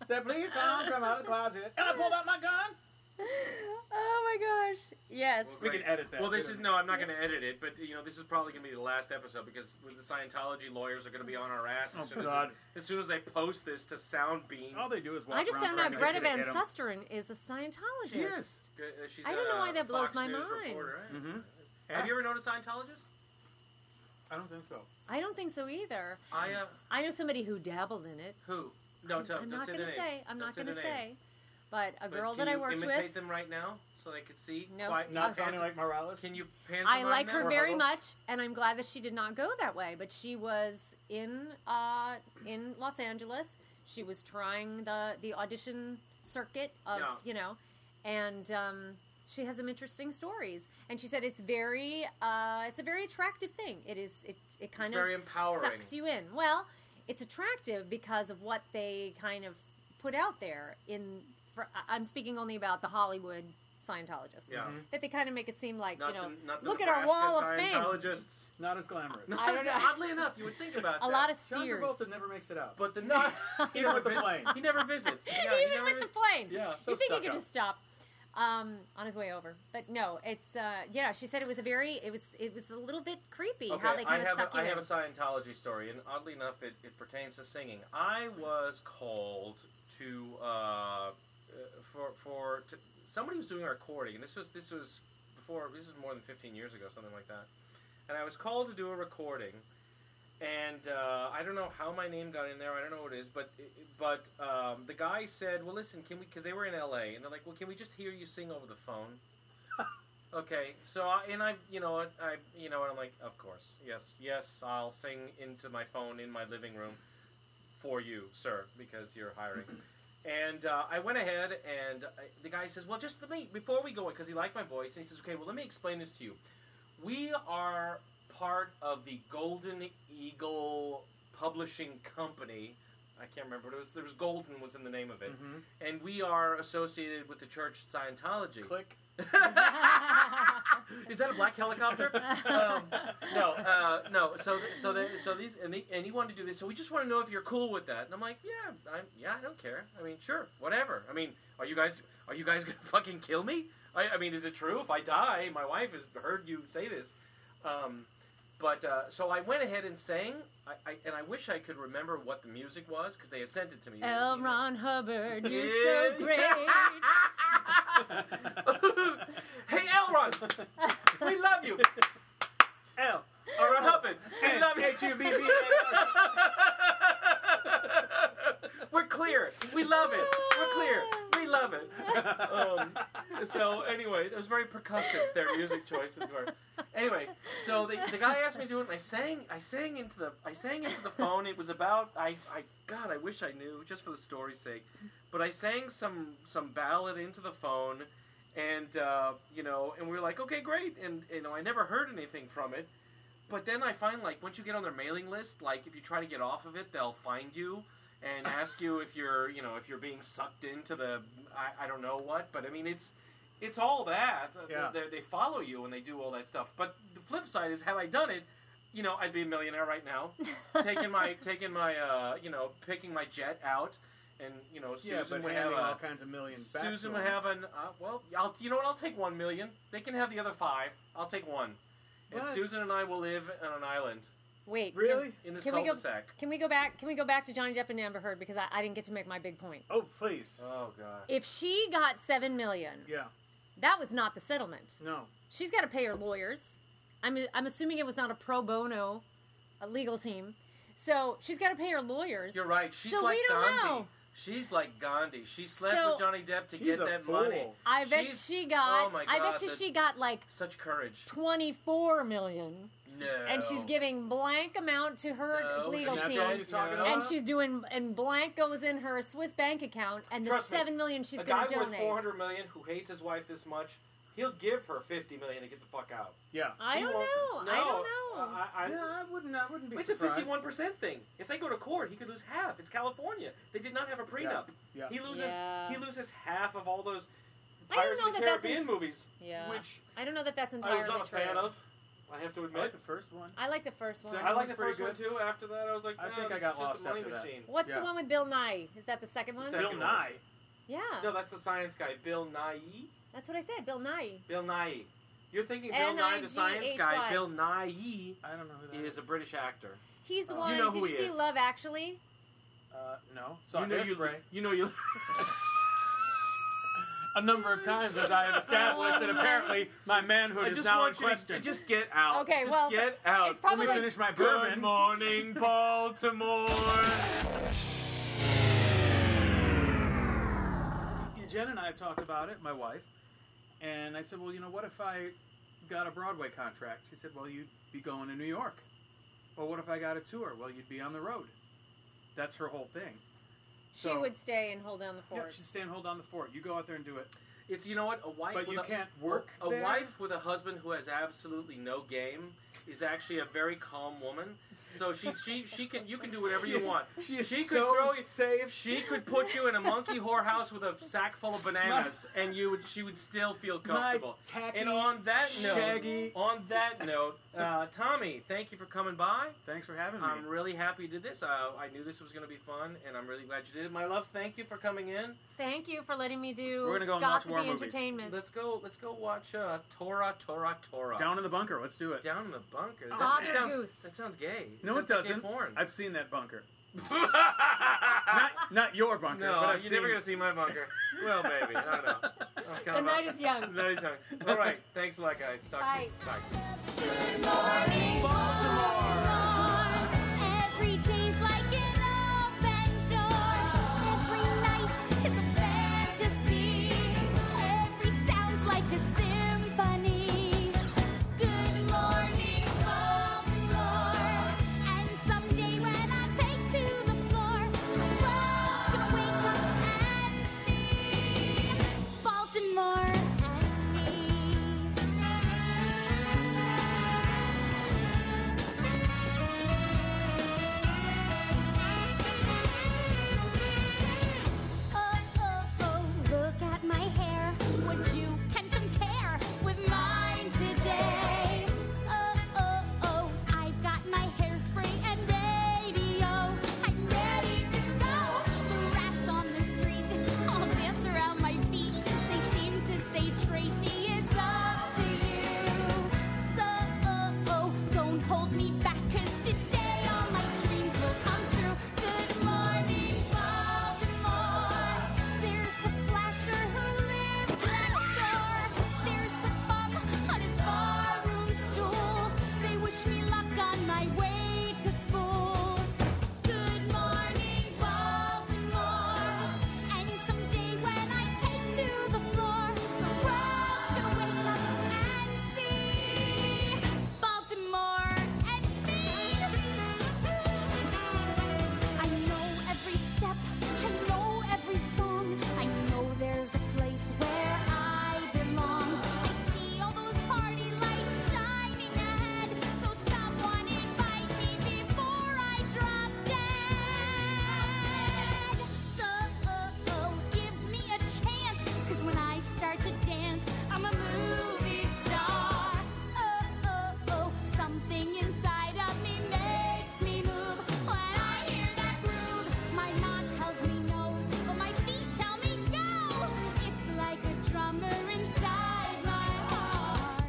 Speaker 5: Said, please, Tom, come out of the closet. And I pulled out my gun.
Speaker 4: Oh my gosh. Yes.
Speaker 1: Well,
Speaker 5: We
Speaker 1: Great.
Speaker 5: can edit that.
Speaker 1: Well, this
Speaker 5: Get
Speaker 1: is
Speaker 5: it.
Speaker 1: no. I'm not going to edit it, but you know, this is probably going to be the last episode because with the Scientology lawyers are going to be on our ass as,
Speaker 5: Oh,
Speaker 1: soon as,
Speaker 5: God. Oh,
Speaker 1: as soon as I post this to uh, Soundbeam.
Speaker 5: All they do is walk
Speaker 4: I just
Speaker 5: around
Speaker 4: found
Speaker 5: trying
Speaker 4: out
Speaker 5: to
Speaker 4: Greta
Speaker 5: get you to
Speaker 4: Van
Speaker 5: hit 'em.
Speaker 4: Susteren is a Scientologist.
Speaker 1: Uh, she's
Speaker 4: I don't know
Speaker 1: a
Speaker 4: why that blows
Speaker 1: Fox
Speaker 4: my
Speaker 1: News
Speaker 4: mind.
Speaker 1: reporter, right?
Speaker 5: Mhm.
Speaker 1: Have you ever known a Scientologist?
Speaker 5: I don't think so.
Speaker 4: I don't think so either.
Speaker 1: I uh,
Speaker 4: I know somebody who dabbled in it.
Speaker 1: who? No,
Speaker 4: I'm
Speaker 1: don't, don't
Speaker 4: not
Speaker 1: say
Speaker 4: gonna
Speaker 1: the name.
Speaker 4: say.
Speaker 1: Don't
Speaker 4: I'm not
Speaker 1: say
Speaker 4: going to
Speaker 1: the name.
Speaker 4: say. But a
Speaker 1: But
Speaker 4: girl
Speaker 1: can
Speaker 4: that I
Speaker 1: you
Speaker 4: worked
Speaker 1: imitate
Speaker 4: with.
Speaker 1: them right now. so they could see?
Speaker 4: No.
Speaker 5: Why, not
Speaker 4: Okay.
Speaker 5: sounding like Morales?
Speaker 1: Can you
Speaker 4: I
Speaker 1: pantomime
Speaker 4: like
Speaker 1: that?
Speaker 4: her
Speaker 5: Or
Speaker 4: very
Speaker 5: Hubble?
Speaker 4: much, and I'm glad that she did not go that way. But she was in uh, in Los Angeles. She was trying the the audition circuit of
Speaker 2: Yeah.
Speaker 4: you know, and um, she has some interesting stories. And she said it's very uh, it's a very attractive thing. It is it it kind
Speaker 1: very
Speaker 4: of
Speaker 1: empowering.
Speaker 4: sucks you in. Well, it's attractive because of what they kind of put out there in. For, I- I'm speaking only about the Hollywood Scientologists.
Speaker 1: Yeah.
Speaker 4: That they kind of make it seem like
Speaker 1: Not
Speaker 4: you know
Speaker 1: the, not the
Speaker 4: look at our
Speaker 1: Nebraska
Speaker 4: wall of fame.
Speaker 1: Scientologists.
Speaker 5: Not as glamorous.
Speaker 1: No,
Speaker 4: I don't know.
Speaker 1: Oddly enough, you would think about
Speaker 4: A
Speaker 1: that.
Speaker 4: lot of
Speaker 5: John
Speaker 4: steers.
Speaker 5: Travolta never makes it out.
Speaker 1: But the
Speaker 5: No, even with the
Speaker 1: vis-
Speaker 5: plane.
Speaker 1: He never visits. Yeah, he
Speaker 4: Even
Speaker 1: never
Speaker 4: with the
Speaker 1: vis-
Speaker 4: plane.
Speaker 5: Yeah, so
Speaker 4: you think he
Speaker 5: stuck
Speaker 4: could
Speaker 5: up.
Speaker 4: just stop um, on his way over? But no, it's uh, yeah. She said it was a very, it was, it was a little bit creepy how they
Speaker 1: I
Speaker 4: kind of
Speaker 1: have
Speaker 4: suck
Speaker 1: a, I
Speaker 4: you in.
Speaker 1: have a Scientology story, and oddly enough, it, it pertains to singing. I was called to uh, uh, for for to, somebody was doing our recording, and this was this was before this was more than fifteen years ago, something like that. And I was called to do a recording, and uh, I don't know how my name got in there. I don't know what it is, but but um, the guy said, "Well, listen, can we?" Because they were in L.A. and they're like, "Well, can we just hear you sing over the phone?" okay, so I, and I, you know, I, I, you know, and I'm like, "Of course, yes, yes, I'll sing into my phone in my living room for you, sir, because you're hiring." And uh, I went ahead, and I, the guy says, "Well, just let me before we go in, because he liked my voice, and he says, okay, well, let me explain this to you. We are part of the Golden Eagle Publishing Company. I can't remember, but it was there was Golden was in the name of it,
Speaker 5: Mhm.
Speaker 1: and we are associated with the Church of Scientology.
Speaker 5: Click.
Speaker 1: Is that a black helicopter? um, no, uh, no. So, th- so, the, so these, and, they, and he wanted to do this. So we just want to know if you're cool with that. And I'm like, yeah, I'm, yeah, I don't care. I mean, sure, whatever. I mean, are you guys, are you guys gonna fucking kill me? I, I mean, is it true? If I die, my wife has heard you say this. Um, but uh, so I went ahead and sang, I, I, and I wish I could remember what the music was because they had sent it to me.
Speaker 4: L.
Speaker 1: You know.
Speaker 4: Ron Hubbard, you're
Speaker 1: Yeah.
Speaker 4: so great.
Speaker 1: hey, Elron, we love you.
Speaker 5: L.
Speaker 1: All right, Hubbard, we
Speaker 5: N.
Speaker 1: love you.
Speaker 5: H U B B A.
Speaker 1: We're clear. We love it. We're clear. We love it. Um, so anyway, it was very percussive. Their music choices were. Anyway, so the, the guy asked me to do it, and I sang. I sang into the. I sang into the phone. It was about. I. I. God, I wish I knew, just for the story's sake. But I sang some some ballad into the phone, and uh, you know, and we were like, okay, great. And you know, I never heard anything from it. But then I find like once you get on their mailing list, like if you try to get off of it, they'll find you and ask you if you're, you know, if you're being sucked into the I, I don't know what. But I mean, it's it's all that. Uh,
Speaker 5: Yeah.
Speaker 1: They, they follow you and they do all that stuff. But the flip side is, had I done it, you know, I'd be a millionaire right now, taking my taking my uh, you know, picking my jet out, and you know, Susan
Speaker 5: Yeah, but
Speaker 1: would have
Speaker 5: handing all
Speaker 1: a.
Speaker 5: kinds of million back.
Speaker 1: Susan
Speaker 5: to
Speaker 1: would
Speaker 5: him.
Speaker 1: have an uh, well. I'll, you know what? I'll take one million. They can have the other five. I'll take one. And
Speaker 5: What?
Speaker 1: Susan and I will live on an island
Speaker 4: Wait,
Speaker 5: Really?
Speaker 1: in this
Speaker 4: Can we go-
Speaker 1: cul-de-sac.
Speaker 4: Can, can we go back? Can we go back to Johnny Depp and Amber Heard because I, I didn't get to make my big point.
Speaker 5: Oh, please.
Speaker 1: Oh god.
Speaker 4: If she got seven million,
Speaker 5: Yeah.
Speaker 4: that was not the settlement.
Speaker 5: No.
Speaker 4: She's got to pay her lawyers. I'm, I'm assuming it was not a pro bono, a legal team. So she's got to pay her lawyers.
Speaker 1: You're right. She's
Speaker 4: So we
Speaker 1: like
Speaker 4: don't
Speaker 1: Gandhi.
Speaker 4: know.
Speaker 1: She's like Gandhi. She slept
Speaker 4: So-
Speaker 1: with Johnny Depp to
Speaker 5: She's
Speaker 1: get
Speaker 5: a
Speaker 1: that
Speaker 5: fool.
Speaker 1: money.
Speaker 4: I bet
Speaker 1: She's-
Speaker 4: she got.
Speaker 1: oh my
Speaker 4: I
Speaker 1: God,
Speaker 4: bet you
Speaker 1: the-
Speaker 4: she got like
Speaker 1: Such courage.
Speaker 4: 24 million,
Speaker 1: No.
Speaker 4: and she's giving blank amount to her
Speaker 1: No,
Speaker 4: legal
Speaker 5: That's
Speaker 1: she
Speaker 4: team,
Speaker 5: all
Speaker 1: said
Speaker 5: she's talking
Speaker 1: no.
Speaker 5: about?
Speaker 4: and she's doing and blank goes in her Swiss bank account, and the
Speaker 1: Trust me,
Speaker 4: seven million she's
Speaker 1: a guy
Speaker 4: going to
Speaker 1: worth
Speaker 4: donate.
Speaker 1: 400 million who hates his wife this much, he'll give her 50 million to get the fuck out.
Speaker 5: Yeah.
Speaker 4: I
Speaker 1: He
Speaker 4: don't
Speaker 1: won't-
Speaker 4: know. I don't
Speaker 1: no, Uh,
Speaker 4: know.
Speaker 1: I- I-
Speaker 5: yeah, I wouldn't. I wouldn't be
Speaker 1: It's a
Speaker 5: surprised.
Speaker 1: fifty-one percent thing. If they go to court, he could lose half. It's California. They did not have a prenup.
Speaker 5: Yeah.
Speaker 1: He loses.
Speaker 4: Yeah.
Speaker 1: He loses half of all those
Speaker 4: I don't
Speaker 1: Pirates
Speaker 4: know
Speaker 1: of the
Speaker 4: that that's
Speaker 1: Caribbean
Speaker 4: int-
Speaker 1: movies,
Speaker 4: yeah,
Speaker 1: which
Speaker 4: I don't know that that's
Speaker 1: I
Speaker 4: entirely
Speaker 1: was not a
Speaker 4: true.
Speaker 1: fan of. I have to
Speaker 5: I like
Speaker 1: admit.
Speaker 5: the first one.
Speaker 4: I like the first one.
Speaker 5: Second
Speaker 1: I like the
Speaker 5: Pretty
Speaker 1: first one
Speaker 5: good.
Speaker 1: too. After that, I was like,
Speaker 5: I
Speaker 1: "No,
Speaker 5: think I
Speaker 1: this
Speaker 5: got
Speaker 1: is just
Speaker 5: lost
Speaker 1: a money
Speaker 5: after that.
Speaker 1: machine.
Speaker 4: What's
Speaker 5: Yeah.
Speaker 4: the one with Bill Nye? Is that the second one?
Speaker 1: Second
Speaker 5: Bill
Speaker 1: one.
Speaker 5: Nye.
Speaker 4: Yeah,
Speaker 1: No, that's the science guy, Bill Nye.
Speaker 4: that's what I said. Bill Nye.
Speaker 1: Bill Nye. You're thinking Bill Nye, the science guy.
Speaker 4: N-I-G-H-Y.
Speaker 1: Bill Nye
Speaker 5: I don't know who that
Speaker 1: is a British actor.
Speaker 4: He's the
Speaker 1: You
Speaker 4: one.
Speaker 1: know
Speaker 4: Did
Speaker 1: who
Speaker 4: Uh, you
Speaker 1: he
Speaker 4: see
Speaker 1: is.
Speaker 4: Love Actually?
Speaker 5: Uh, no. Sorry,
Speaker 1: you know you.
Speaker 5: Hairspray.
Speaker 1: You know you.
Speaker 5: A number of times as I have established that apparently my
Speaker 1: I
Speaker 5: manhood is
Speaker 1: just
Speaker 5: now in
Speaker 1: want you
Speaker 5: question.
Speaker 1: to just get out.
Speaker 4: Okay,
Speaker 1: just
Speaker 4: well,
Speaker 1: get out.
Speaker 4: it's probably
Speaker 5: Let me
Speaker 4: like-
Speaker 5: finish my
Speaker 1: Good
Speaker 5: bourbon.
Speaker 1: morning, Baltimore.
Speaker 5: Jen and I have talked about it, my wife,
Speaker 2: And I said, well, you know, what if I got a Broadway contract? She said, well, you'd be going to New York. Or what if I got a tour? Well, you'd be on the road. That's her whole thing.
Speaker 4: She
Speaker 2: So-
Speaker 4: would stay and hold down the
Speaker 2: Yeah,
Speaker 4: fort.
Speaker 2: she'd stay and hold on the fort. You go out there and do it.
Speaker 1: It's you know what a wife.
Speaker 2: But
Speaker 1: with
Speaker 2: you
Speaker 1: a,
Speaker 2: can't work
Speaker 1: A
Speaker 2: there?
Speaker 1: wife with a husband who has absolutely no game is actually a very calm woman. So she she she can you can do whatever
Speaker 2: She
Speaker 1: you
Speaker 2: is-
Speaker 1: want.
Speaker 2: She is
Speaker 1: She could
Speaker 2: so
Speaker 1: throw you-
Speaker 2: safe.
Speaker 1: She could put you in a monkey whorehouse with a sack full of bananas, and you would she would still feel comfortable.
Speaker 2: tacky,
Speaker 1: And on that note,
Speaker 2: shaggy-
Speaker 1: on that note, uh, Tommy, thank you for coming by.
Speaker 2: Thanks for having me.
Speaker 1: I'm really happy you did this. I, I knew this was going to be fun, and I'm really glad you did it. My love, thank you for coming in.
Speaker 4: Thank you for letting me do
Speaker 2: We're gonna go and watch
Speaker 4: gossipy
Speaker 2: war movies.
Speaker 4: entertainment.
Speaker 1: Let's go. Let's go watch uh, Tora, Tora, Tora.
Speaker 2: Down in the bunker. Let's do it.
Speaker 1: Down in the bunker. That-
Speaker 4: Father
Speaker 1: that sounds,
Speaker 4: Goose.
Speaker 1: That sounds gay.
Speaker 2: No,
Speaker 1: That
Speaker 2: it
Speaker 1: sounds like gay
Speaker 2: doesn't.
Speaker 1: Porn.
Speaker 2: I've seen that bunker.
Speaker 1: Not-
Speaker 2: Not, not your bunker,
Speaker 1: no,
Speaker 2: but
Speaker 1: you're
Speaker 2: I've
Speaker 1: never
Speaker 2: seen-
Speaker 1: gonna see my bunker. well, baby, I don't know. I'm kind
Speaker 4: The
Speaker 1: of
Speaker 4: night
Speaker 1: out.
Speaker 4: is young.
Speaker 1: The night is young. All right, thanks a lot, guys. Talk To
Speaker 4: Bye.
Speaker 1: you. Bye.
Speaker 6: Good morning, Baltimore. Every day's like an open door. Every night is a fantasy. Every sound's like a symphony. Good morning, Baltimore. And someday when I take to the floor, the world's gonna wake up and see Baltimore and me. Oh, oh, oh, look at my hair. What you can compare with mine today. Oh, oh, oh, I've got my hairspray and radio. I'm ready to go. The rats on the street all dance around my feet. They seem to say, Tracy, it's up to you. So, oh, oh, don't hold me back, 'cause today all my dreams will come true. Good morning, Baltimore. There's the flasher who lives next door. There's the bum on his barroom stool. They wish me luck on my way to school. Good morning, Baltimore. And someday when I take to the floor, the world's gonna wake up and see Baltimore and me. I know every step, I know every song. I know there's a place where I belong. I see all those party lights shining ahead. So someone invite me before I drop dead. So give me a chance, 'cause when I start to dance, I'm a movie star. Oh, oh, oh, something inside of me makes me move. When I hear that groove, my mind tells me no, but my feet tell me go. It's like a drummer inside my heart.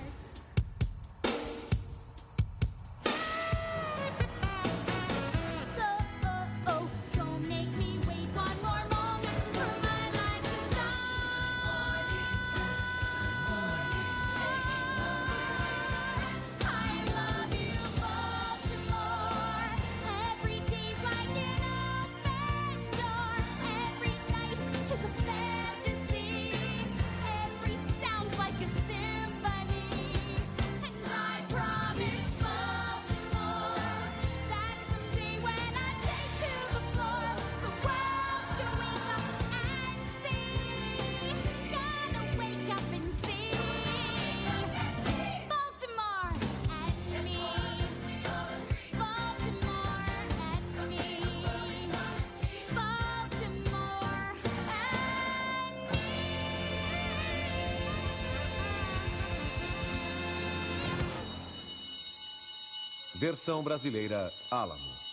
Speaker 6: So, oh, oh, don't make me wait one more moment for my life to start. I love you, Baltimore. Every day's like an open door. Every night is a fantasy. Every sound's like a symphony. And I promise, Baltimore, that someday when I take to the floor, the world's gonna wake up and see. Gonna wake up and see Baltimore and me. Baltimore and me. Baltimore and me.
Speaker 7: Versão brasileira Álamo.